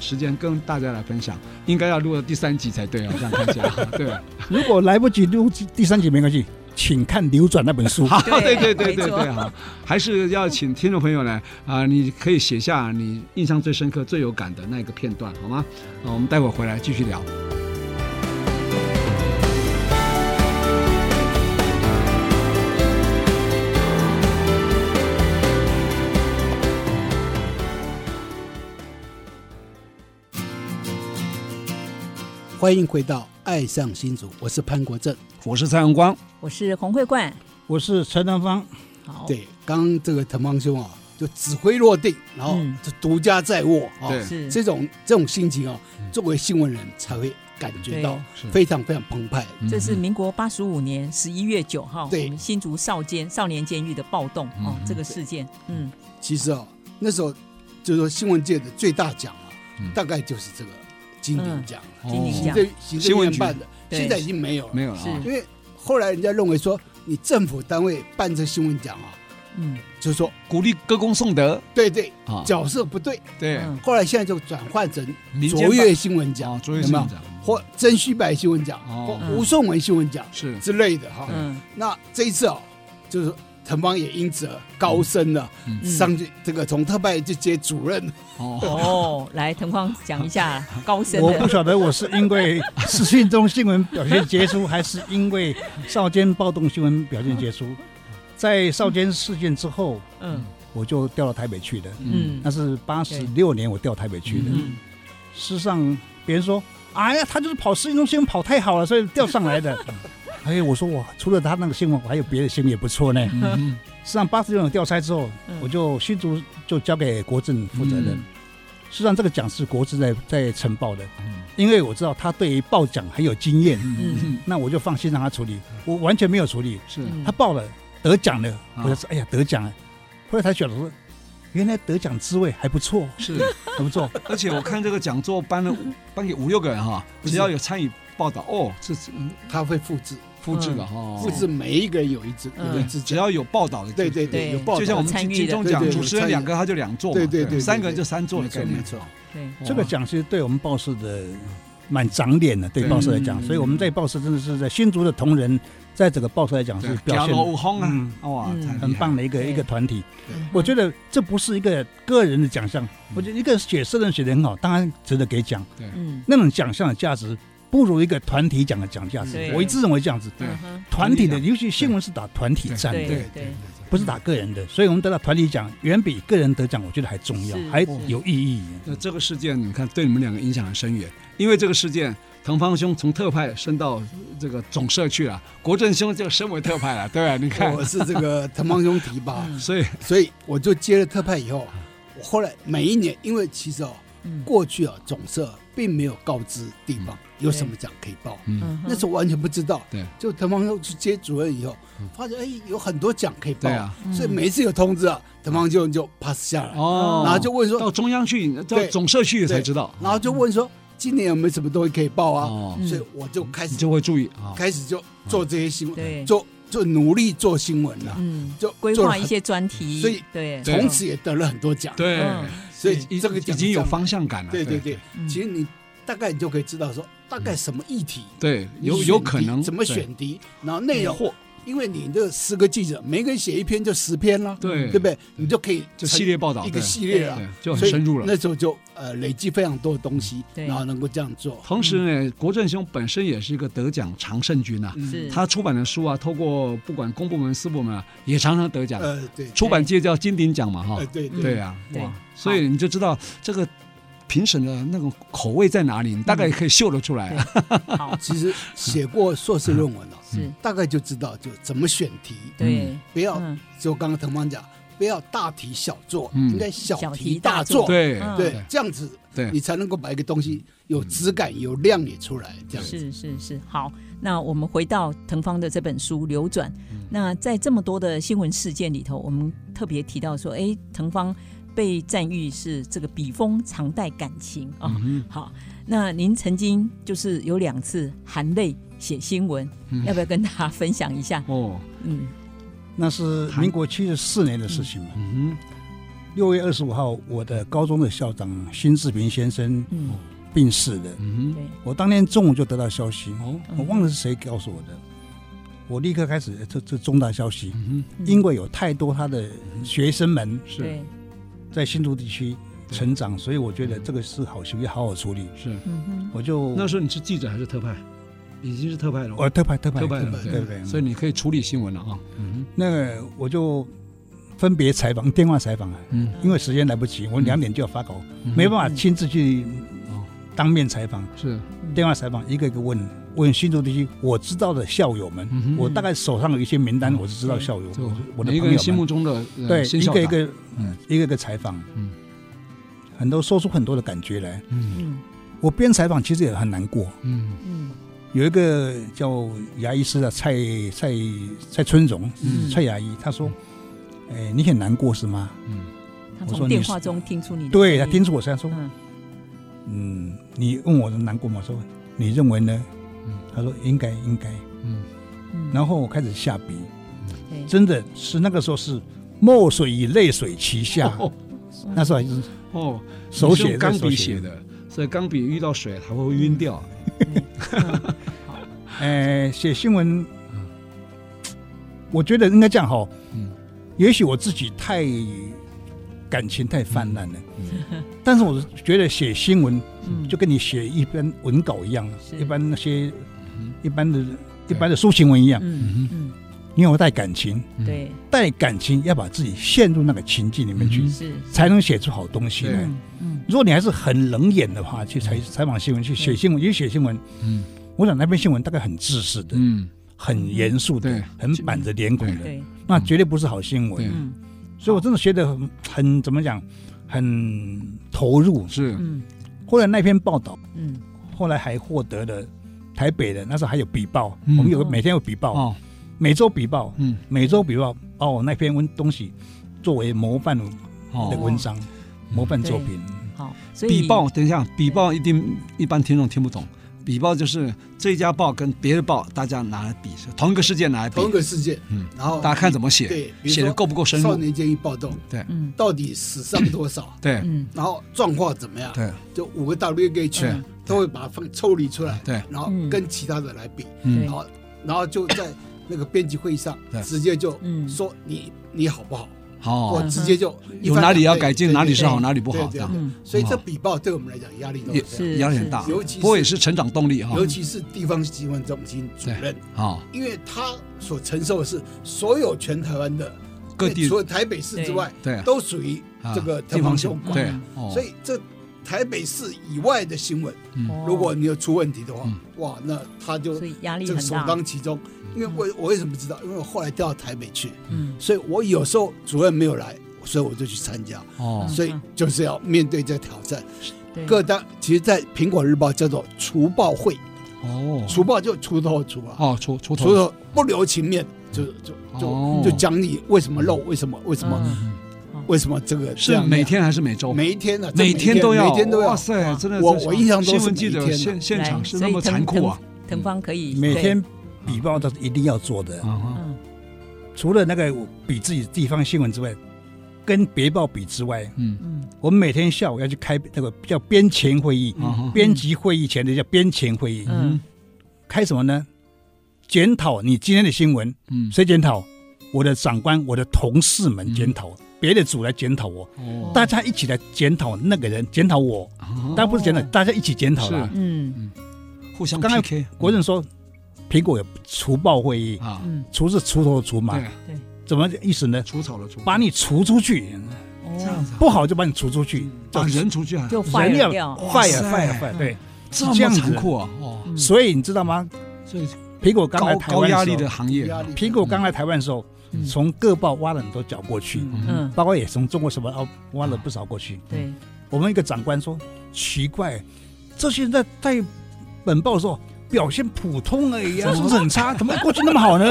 B: 时间跟大家来分享，应该要录到第三集才对啊，这样看起 来对啊
D: 如果来不及录第三集没关系，请看《流转》那本书。
B: 好，对
E: 嗯
B: 对
E: 对
B: 对
E: 没
B: 对
E: 错
D: 嗯
B: 对哈，还是要请听众朋友呢啊，你可以写下你印象最深刻、最有感的那一个片段，好吗？啊，我们待会儿回来继续聊。
A: 欢迎回到《爱上新竹》，我是潘国正。
B: 我是蔡阳光，
E: 嗯我是洪慧冠，
D: 我是陈南方，
E: 好，
A: 对，刚刚这个滕邦兄啊，就指挥落定，然后
E: 嗯
A: 就独家在握啊，
B: 对
E: 是
A: 这种这种心情啊，作为新闻人才会感觉到
B: 是嗯
A: 非常非常澎湃。
E: 这是民国八十五年十一月九号，
A: 对
E: 我们新竹少监少年监狱的暴动
B: 嗯
E: 哦，这个事件，嗯，
A: 其实啊，那时候就是说新闻界的最大奖啊，
B: 嗯
A: 大概就是这个金鼎奖了，
D: 哦
E: 嗯金鼎
A: 行
E: 奖
A: 政行
B: 新
A: 政
B: 闻
A: 院
B: 局
A: 办的，
E: 对
A: 现在已经没有了，
B: 没有了啊
E: 是
A: 因为后来人家认为说，你政府单位办这新闻奖啊，
E: 嗯，
A: 就是说
B: 鼓励歌功颂德
A: 对对
B: 啊，
A: 角色不对，
B: 对，
E: 嗯
A: 后来现在就转换成
B: 民间
A: 卓越新闻奖
B: 啊，卓越
A: 有
B: 新
A: 没
B: 闻
A: 有
B: 奖
A: 或曾虚白新闻奖、
B: 哦
A: 或吴颂文新闻奖
B: 是
A: 之类的哈。
E: 嗯
A: 那这一次哦，就是滕芳也因此而高升了，
B: 嗯
A: 上去这个从特派就接主任，
B: 哦，
E: 哦，来滕芳讲一下高深
D: 我不
E: 的，
D: 晓得我是因为资讯中新闻表现杰出，还是因为少监暴动新闻表现杰出。在少监事件之后，
E: 嗯
D: 我就调到台北去的，
E: 嗯
D: 那是八十六年我调台北去的。
E: 嗯
D: 事实上，别人说，哎呀，他就是跑资讯中新闻跑太好了，所以调上来 的。哎，我说我除了他那个新闻，我还有别的新闻也不错呢。
B: 嗯
D: 事实上，八十六年调差之后，
E: 嗯
D: 我就新竹就交给国政负责人。
B: 嗯
D: 事实上，这个奖是国政在在呈报的，
B: 嗯
D: 因为我知道他对于报奖很有经验，
E: 嗯
D: 那我就放心让他处理。我完全没有处理，
B: 是
E: 嗯
D: 他报了得奖了，
B: 啊
D: 我就说哎呀得奖了。后来才晓得说，原来得奖滋味还不错，
B: 是，
D: 还不错。
B: 而且我看这个讲座颁了五颁给五六个人哈，只要有参与报道哦，这是嗯
A: 他会复制，
B: 复制了哈，
A: 复制每一个人有一只
E: 嗯
A: 有一只
B: 只
A: 奖，
B: 要有报道的，
A: 对对
E: 对
A: 对，有报道，
B: 就像我们
E: 参
B: 金
E: 与
B: 金
E: 的
B: 钟奖
A: 对对
B: 主持人
A: 参与
B: 两个他就两座嘛，
A: 对对对对
B: 三个人就三座的
A: 没错
B: 概念
A: 没，错，
E: 对，
B: 哇
D: 这个奖其实对我们报社的蛮长脸的，对
B: 对
D: 报社来讲，
B: 嗯
D: 所以我们在报社真的是在新竹的同仁，在整个报社来讲
B: 对
D: 是
B: 走路
D: 表现
B: 有风啊
D: 嗯，
B: 哇，
E: 嗯
B: 太厉害
D: 很棒的一个
E: 对
D: 一个团体。
E: 嗯
D: 我觉得这不是一个个人的奖项，我觉得一个写诗人写的很好，当然值得给奖。
E: 嗯
D: 那种奖项的价值不如一个团体奖的奖价值
E: 对，
D: 我一直认为这样子。
B: 对
E: 嗯哼
D: 团体的，
B: 团体
D: 尤其新闻是打团体战
E: 对
D: 的，
E: 对对，
D: 不是打个人的，所以我们得到团体奖，远比个人得奖，我觉得还重要
E: 是，
D: 还
E: 是
D: 有意义。
B: 那这个事件，你看对你们两个影响很深远，因为这个事件，滕芳兄从特派升到这个总社去了，国政兄就升为特派了，对不对？你看，
A: 我是这个滕邦兄提 拔，
B: 所以
A: 所以我就接了特派以
B: 嗯
A: 后，我后来每一年，因为其实哦，
E: 嗯
A: 过去啊总社并没有告知地方有什么奖可以报，
E: 嗯哼
A: 那时候完全不知道。
B: 嗯对，嗯
A: 就滕邦兄去接主任以后，发现哎有很多奖可以报
B: 对，啊
E: 嗯
A: 所以每一次有通知啊，滕邦兄就 pass 下来，
B: 哦，
A: 然后就问
B: 到
A: 说，
B: 中央去，到
A: 对
B: 总社去才知道，
A: 然后就问说今年有没有什么东西可以报啊？
B: 哦，
E: 嗯
A: 所以我就开
B: 你
A: 始
B: 就会注意啊，
A: 开始就做这些新
E: 嗯对
A: 闻，做做努力做新闻了，
E: 嗯，
A: 就
E: 规
A: 做了
E: 划一
A: 很
E: 些专题，
A: 所以
E: 对，
B: 对啊
A: 从此也得了很多奖。
B: 对，
E: 嗯
A: 所以
B: 已
A: 这个
B: 已
A: 奖
B: 经有
A: 项
B: 方向感了，
A: 对对
B: 对
A: 对，
E: 嗯
A: 其实你大概你就可以知道说，大概什么议题，
B: 对，
A: 你
B: 嗯有
A: 选
B: 有
A: 题
B: 可能
A: 怎么
B: 对嗯
A: 选题，然后内容，
B: 或
A: 因为你这十个记者，每个人写一篇就十篇了，
B: 对
A: 对不对？你就可以
B: 就
A: 成
B: 系列报道
A: 一
B: 对
A: 个系列了
B: 对，就很
A: 所以
B: 深入了。
A: 那时候就呃累积非常多的东西，
E: 对
A: 然后能够这样做，
B: 同时呢，国政兄本身也是一个得奖常胜军啊，
A: 嗯
E: 是
B: 他出版的书啊，透过不管公部门、私部门啊，也常常得奖。
A: 呃对，
B: 出版界叫金鼎奖嘛，哈
A: 呃，对对
E: 嗯
B: 对啊，
E: 对
B: 哇，所以你就知道这个评审的那种口味在哪里，你大
A: 嗯
B: 概可以嗅得出来啊。
E: 好
A: 其实写过硕士论文了，哦
E: 嗯是，
A: 大概就知道就怎么选题，
E: 对，
A: 不要
E: 嗯
A: 就刚刚滕芳讲，不要大题小做，
B: 嗯
A: 应该小
E: 小
A: 题
E: 题
A: 大
E: 大
A: 做，
E: 做
B: 对
E: 嗯
A: 对，这样子你
B: 对，嗯
A: 才能够把一个东西有质感、有亮也出来，这样子。
E: 是是是，好。那我们回到滕芳的这本书《流转》，那在这么多的新闻事件里头，我们特别提到说，哎，滕芳被赞誉是这个笔锋常带感情啊、
B: 嗯
E: 好，那您曾经就是有两次含泪写新闻，
B: 嗯
E: 要不要跟大家分享一下？
B: 哦，
E: 嗯
D: 那是民国七十四年的事情嘛。
B: 嗯
D: 六月二十五号，我的高中的校长辛志平先生
E: 嗯，
D: 病逝了。
B: 嗯，
E: 对，
D: 我当天中午就得到消息，
B: 哦，
D: 我忘了是谁告诉我的，我立刻开始呃这这重大消息，
B: 嗯
E: 嗯
D: 因为有太多他的学生们
B: 是
E: 对，
D: 在新竹地区
B: 对嗯
D: 成长，所以我觉得这个是好消息，好好处理。
B: 是。
E: 嗯哼，
D: 我就
B: 那时候你是记者还是特派？已经是特派了，
D: 我特派特派
B: 特派了，
A: 特派
D: 对不对？
B: 所以你可以处理新闻了啊。嗯
D: 那个我就分别采访，电话采访啊，
B: 嗯
D: 因为时间来不及，我两点就要发稿，
B: 嗯
D: 没办法亲自去
B: 哦
D: 当面采访。
B: 是，
D: 电话采访，一个一个问问新竹地区我知道的校友们，
B: 嗯哼
D: 我大概手上有一些名单，我是知道校友，
B: 就
D: 我我的
B: 每一个
D: 朋
B: 人
D: 友
B: 心
D: 们
B: 目中的呃
D: 对
B: 新
D: 一
B: 校
D: 个一
B: 长，
D: 个
B: 嗯
D: 一个一个采访，
B: 嗯
D: 很多说出很多的感觉来。
B: 嗯
E: 嗯
D: 我边采访其实也很难过，
B: 嗯
E: 嗯
D: 有一个叫牙医师的啊蔡蔡蔡春荣，
B: 嗯
D: 蔡牙医，他说：“哎，你很难过是吗
B: 嗯，
E: 他
D: 我说
E: 从
D: 你
E: 电
D: 是
E: 话中听出你？”的
D: 对，他
E: 声音
D: 听出我声音说
E: 嗯：“
D: 嗯，你问我难过吗？”我说：“你认为呢
B: 嗯？”
D: 他说：“应该，应该。”
B: 嗯
E: 嗯，
D: 然后我开始下笔，
E: 对
D: 真的是那个时候是墨水与泪水齐下，
B: 哦
D: 那时候还是
B: 哦，
D: 手
B: 你是
D: 写
B: 用钢笔
D: 写
B: 写，的，所以钢笔遇到水还会晕掉。
E: 嗯
D: 哎，写新闻，嗯我觉得应该这样哈，
B: 嗯
D: 也许我自己太感情太泛滥了，
B: 嗯
D: 但是我是觉得写新闻
E: 嗯
D: 就跟你写一般文稿一样，
E: 是
D: 一般那些
B: 嗯
D: 一般的一般的抒情文一样，
E: 嗯嗯
D: 你有带感情，
E: 嗯，对，
D: 带感情要把自己陷入那个情境里面去，
B: 嗯
E: 是，
D: 才能写出好东西来
B: 对。
E: 嗯嗯
D: 如果你还是很冷眼的话，去采采访新闻，去写新闻，也写新闻，
B: 嗯
D: 我想那篇新闻大概很自私的，
B: 嗯，
D: 很严肃的
B: 对，
D: 很板着脸孔的，
E: 对，
D: 那绝对不是好新闻
B: 对。
E: 嗯
D: 所以我真的学得很很怎么讲，很投入。
B: 是
E: 嗯
D: 后来那篇报道，
E: 嗯
D: 后来还获得了台北的，那时候还有笔报，
B: 嗯
D: 我们有个
E: 哦
D: 每天有笔报，
B: 哦，
D: 每周笔报，
B: 嗯
D: 每周笔报把我那篇文东西作为模范的
B: 哦，
D: 文章、模范作品。
E: 好，所以
B: 笔报，等一下，笔报一定一般听众听不懂。笔报就是这家报跟别的报，大家拿来比，是同一个事件拿来比
A: 同，一个世界，
B: 嗯
A: 然后
B: 大家看怎么写，
A: 对，比如
B: 写的
A: 说
B: 够不够深
A: 少
B: 入？
A: 年监狱暴动
E: 嗯
A: 到底死伤多少，
B: 对
E: 嗯
A: 然后状况怎么样，
B: 对
A: 就五个 W 可以去
B: 是，
A: 都会把它分抽离出来，
B: 对，嗯
A: 然后
E: 嗯
A: 跟其他的来比，
E: 对
A: 然后然后就在那个编辑会议上
B: 对
A: 直接就
E: 嗯
A: 说你你好不好，
B: 好
A: 我，直接就一
B: 有
A: 翻
B: 哪里
A: 两
B: 要
A: 倍
B: 改进，
A: 对
B: 哪里
A: 对
B: 是好，哪里不
A: 对
B: 好，这
A: 对
B: 样
A: 对
E: 嗯
A: 所以这
B: 嗯
A: 笔报对我们来讲压力都很
B: 也
A: 大
E: 是
B: 压力很大
A: 尤其，是
B: 不过也是成长动力哈。
A: 尤其是地方新闻中心主任，
B: 啊，
A: 因为他所承受的是所有全台湾的
B: 各地
A: 除了台北市之外，
B: 对
A: 都属于
B: 啊
A: 这个
B: 地
A: 地
B: 方
A: 方
B: 性
A: 相关。
B: 对，哦
A: 所以这台北市以外的新闻，
B: 嗯
A: 如果你有出问题的话
B: 嗯，
A: 哇，那他就
E: 哦所以压力
A: 这
E: 很
A: 个首
E: 大，
A: 当其冲。因为我我为什么知道？因为我后来调到台北去，
E: 嗯
A: 所以我有时候主任没有来，所以我就去参加，
B: 哦
A: 所以就是要面对这挑战。
E: 嗯对，
A: 各单其实，在苹果日报叫做除暴会，
B: 哦
A: 除暴就锄头除啊，
B: 哦出出
A: 锄
B: 头
A: 头不留情面，就就
B: 哦
A: 就就讲你为什么漏，为什么为什么
E: 嗯
A: 为什么这个这
B: 是
A: 样
B: 每天还是每周？
A: 每一天啊呢？这
B: 每天都要，
A: 每天都要
B: 哇。塞，真的，
A: 我
B: 真是
A: 我印象中
B: 新
A: 是
B: 闻
A: 每
B: 记者
A: 天的
B: 现现场
E: 来
B: 是
E: 所
B: 那
E: 以
B: 么
E: 腾
B: 残酷啊！
E: 腾方可以
D: 每
E: 对
D: 天笔报都是一定要做的，
B: 啊，
E: 嗯
D: 除了那个比自己地方新闻之外，跟别报比之外，
B: 嗯
E: 嗯
D: 我们每天下午要去开那个叫编前会议，
B: 啊，
D: 编辑会议前的叫编前会议，
B: 嗯
E: 嗯
D: 开什么呢？检讨你今天的新闻，
B: 嗯，
D: 谁检讨？我的长官、我的同事们
B: 嗯
D: 检讨，别的组来检讨我，
A: 嗯
B: 哦
D: 大家一起来检讨那个人，检讨我，
B: 啊
D: 当然不是检讨，
E: 哦
D: 大家一起检讨啦
B: 是。
E: 嗯
B: 互相
D: 刚刚
B: PK，
D: 国人说，苹果有除暴会议，
B: 啊，
E: 嗯
D: 除是除头除马，
B: 对，
D: 怎么意思呢？
B: 除草了，除
D: 把你除出去，
B: 这样
E: 哦，
B: 子啊，
D: 不好就把你除出去，
B: 把人除去啊，
E: 就
D: 人哦
E: fire
D: 要
E: 掉，
B: 哇塞
D: fire fire fire，对。
B: 这
D: 这
B: 么
D: 样子
B: 残酷啊！哦，
E: 嗯
D: 所以你知道吗？
B: 所以
D: 苹果刚来
B: 高
D: 台
B: 高
D: 湾
B: 压
D: 时
B: 力
D: 候
B: 的行业，
A: 压力
D: 苹果刚来台湾的时候
E: 嗯，
D: 从各报挖了很多角过去，
B: 嗯
E: 嗯
D: 包括也从中国什么哦挖了不少过去。
E: 对
D: 我们一个长官说，奇怪，这些人在在本报的时候表现普通而已啊，是不是很差？怎么过去那么好呢？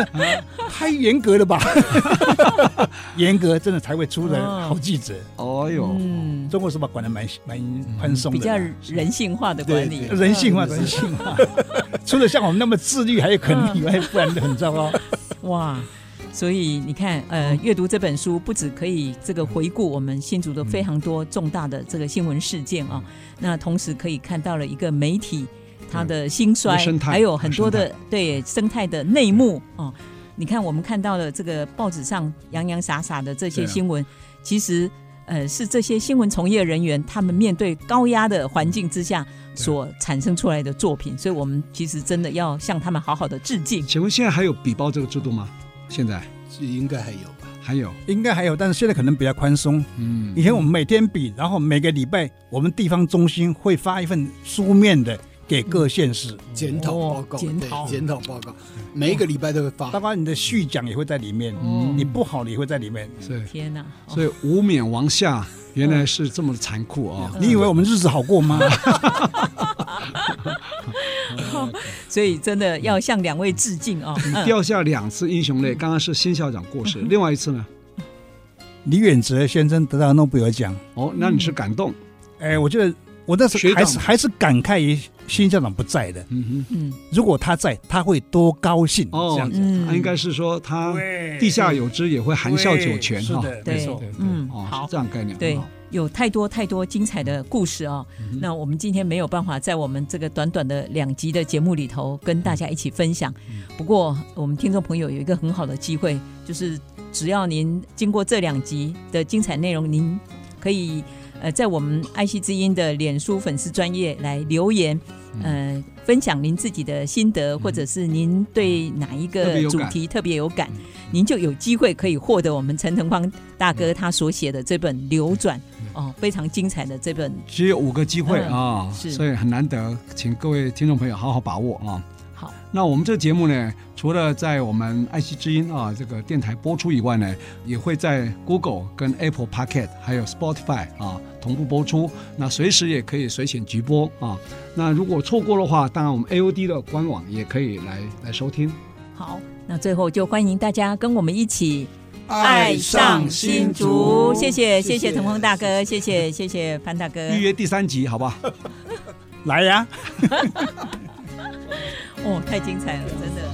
D: 太严格了吧？ 严格真的才会出
E: 哦
D: 人好记者。
B: 哦呦，
E: 嗯
D: 中国什么管得蛮蛮宽松
E: 比较
D: 的啦。
E: 人性化的管理，
D: 人性化，人 性化。除了像我们那么自律，还有可能以外，不然很 糟糕。
E: 哇！所以你看，
B: 嗯
E: 呃，阅读这本书不止可以这个回顾我们新竹的非常多重大的这个新闻事件啊、那同时可以看到了一个媒体它的兴衰
B: 嗯生，态
E: 还有很多的对生态的内幕哦。你看，我们看到了这个报纸上洋洋洒洒的这
B: 对
E: 些
B: 啊
E: 新闻，其实呃是这些新闻从业人员他们面对高压的环境之下
B: 对
E: 所产生出来的作品，所以我们其实真的要向他们好好的致敬。
B: 请问现在还有笔包这个制度吗？现在
A: 应该还有吧？
B: 还有，
D: 应该还有，但是现在可能比较宽松。
B: 嗯
D: 以前我们每天比，然后每个礼拜我们地方中心会发一份书面的给各县市，
B: 嗯
A: 检讨报告，
E: 哦检讨
A: 对检讨报告，每一个礼拜都会
B: 哦
D: 包
A: 发。
D: 括你的续讲也会在里面，
B: 嗯
D: 你不好的也会在里面。
B: 是，
E: 天哪！哦
B: 所以无冕王下原来是这么残酷啊！
D: 你以为我们日子好 过吗？
E: 所以真的要向两位致敬哦。嗯
B: 掉下两次英雄泪，刚刚是新校长过世，另外一次呢？
D: 李远哲先生得到诺贝尔奖，
B: 哦，那你是感动，
D: 哎，我觉得我那时
B: 学
D: 候还
B: 长
D: 是还是感慨于新校长不在的，
B: 嗯
E: 嗯
D: 如果他在，他会多高兴。
B: 哼，哦
D: 这样，子，
E: 嗯
B: 啊应该是说他
D: 对
B: 地下有知也会含笑九
D: 对
B: 泉
D: 是
B: 哈。
D: 的，
E: 对
D: 没错。
B: 对对
E: 嗯
B: 哦，
E: 好
B: 是这样概念。
E: 对
B: 哦，
E: 有太多太多精彩的故事啊、那我们今天没有办法在我们这个短短的两集的节目里头跟大家一起分享。不过，我们听众朋友有一个很好的机会，就是只要您经过这两集的精彩内容，您可以呃在我们爱惜之音的脸书粉丝专业来留言，呃，分享您自己的心得，或者是您对哪一
B: 特别
E: 个
B: 有
E: 主
B: 感
E: 题特别有感，您就有机会可以获得我们陈腾芳大哥他所写的这本《流转》哦，非常精彩的这本。
B: 只有五个机会
E: 嗯
B: 啊，
E: 是
B: 所以很难得，请各位听众朋友好好把握啊。
E: 好，
B: 那我们这个节目呢，除了在我们爱惜之音啊这个电台播出以外呢，也会在 Google 跟 Apple Pocket 还有 Spotify 啊同步播出。那随时也可以随选直播啊。那如果错过的话，当然我们 AOD 的官网也可以来来收听。
E: 好，那最后就欢迎大家跟我们一起
A: 爱上
E: 新
A: 新竹
E: 谢谢
A: 谢
E: 谢谢
A: 谢
E: 腾峰大哥，谢谢谢谢潘大哥。
B: 预约第三集，好吧？
D: 来呀、
E: 哦，太精彩了，真的。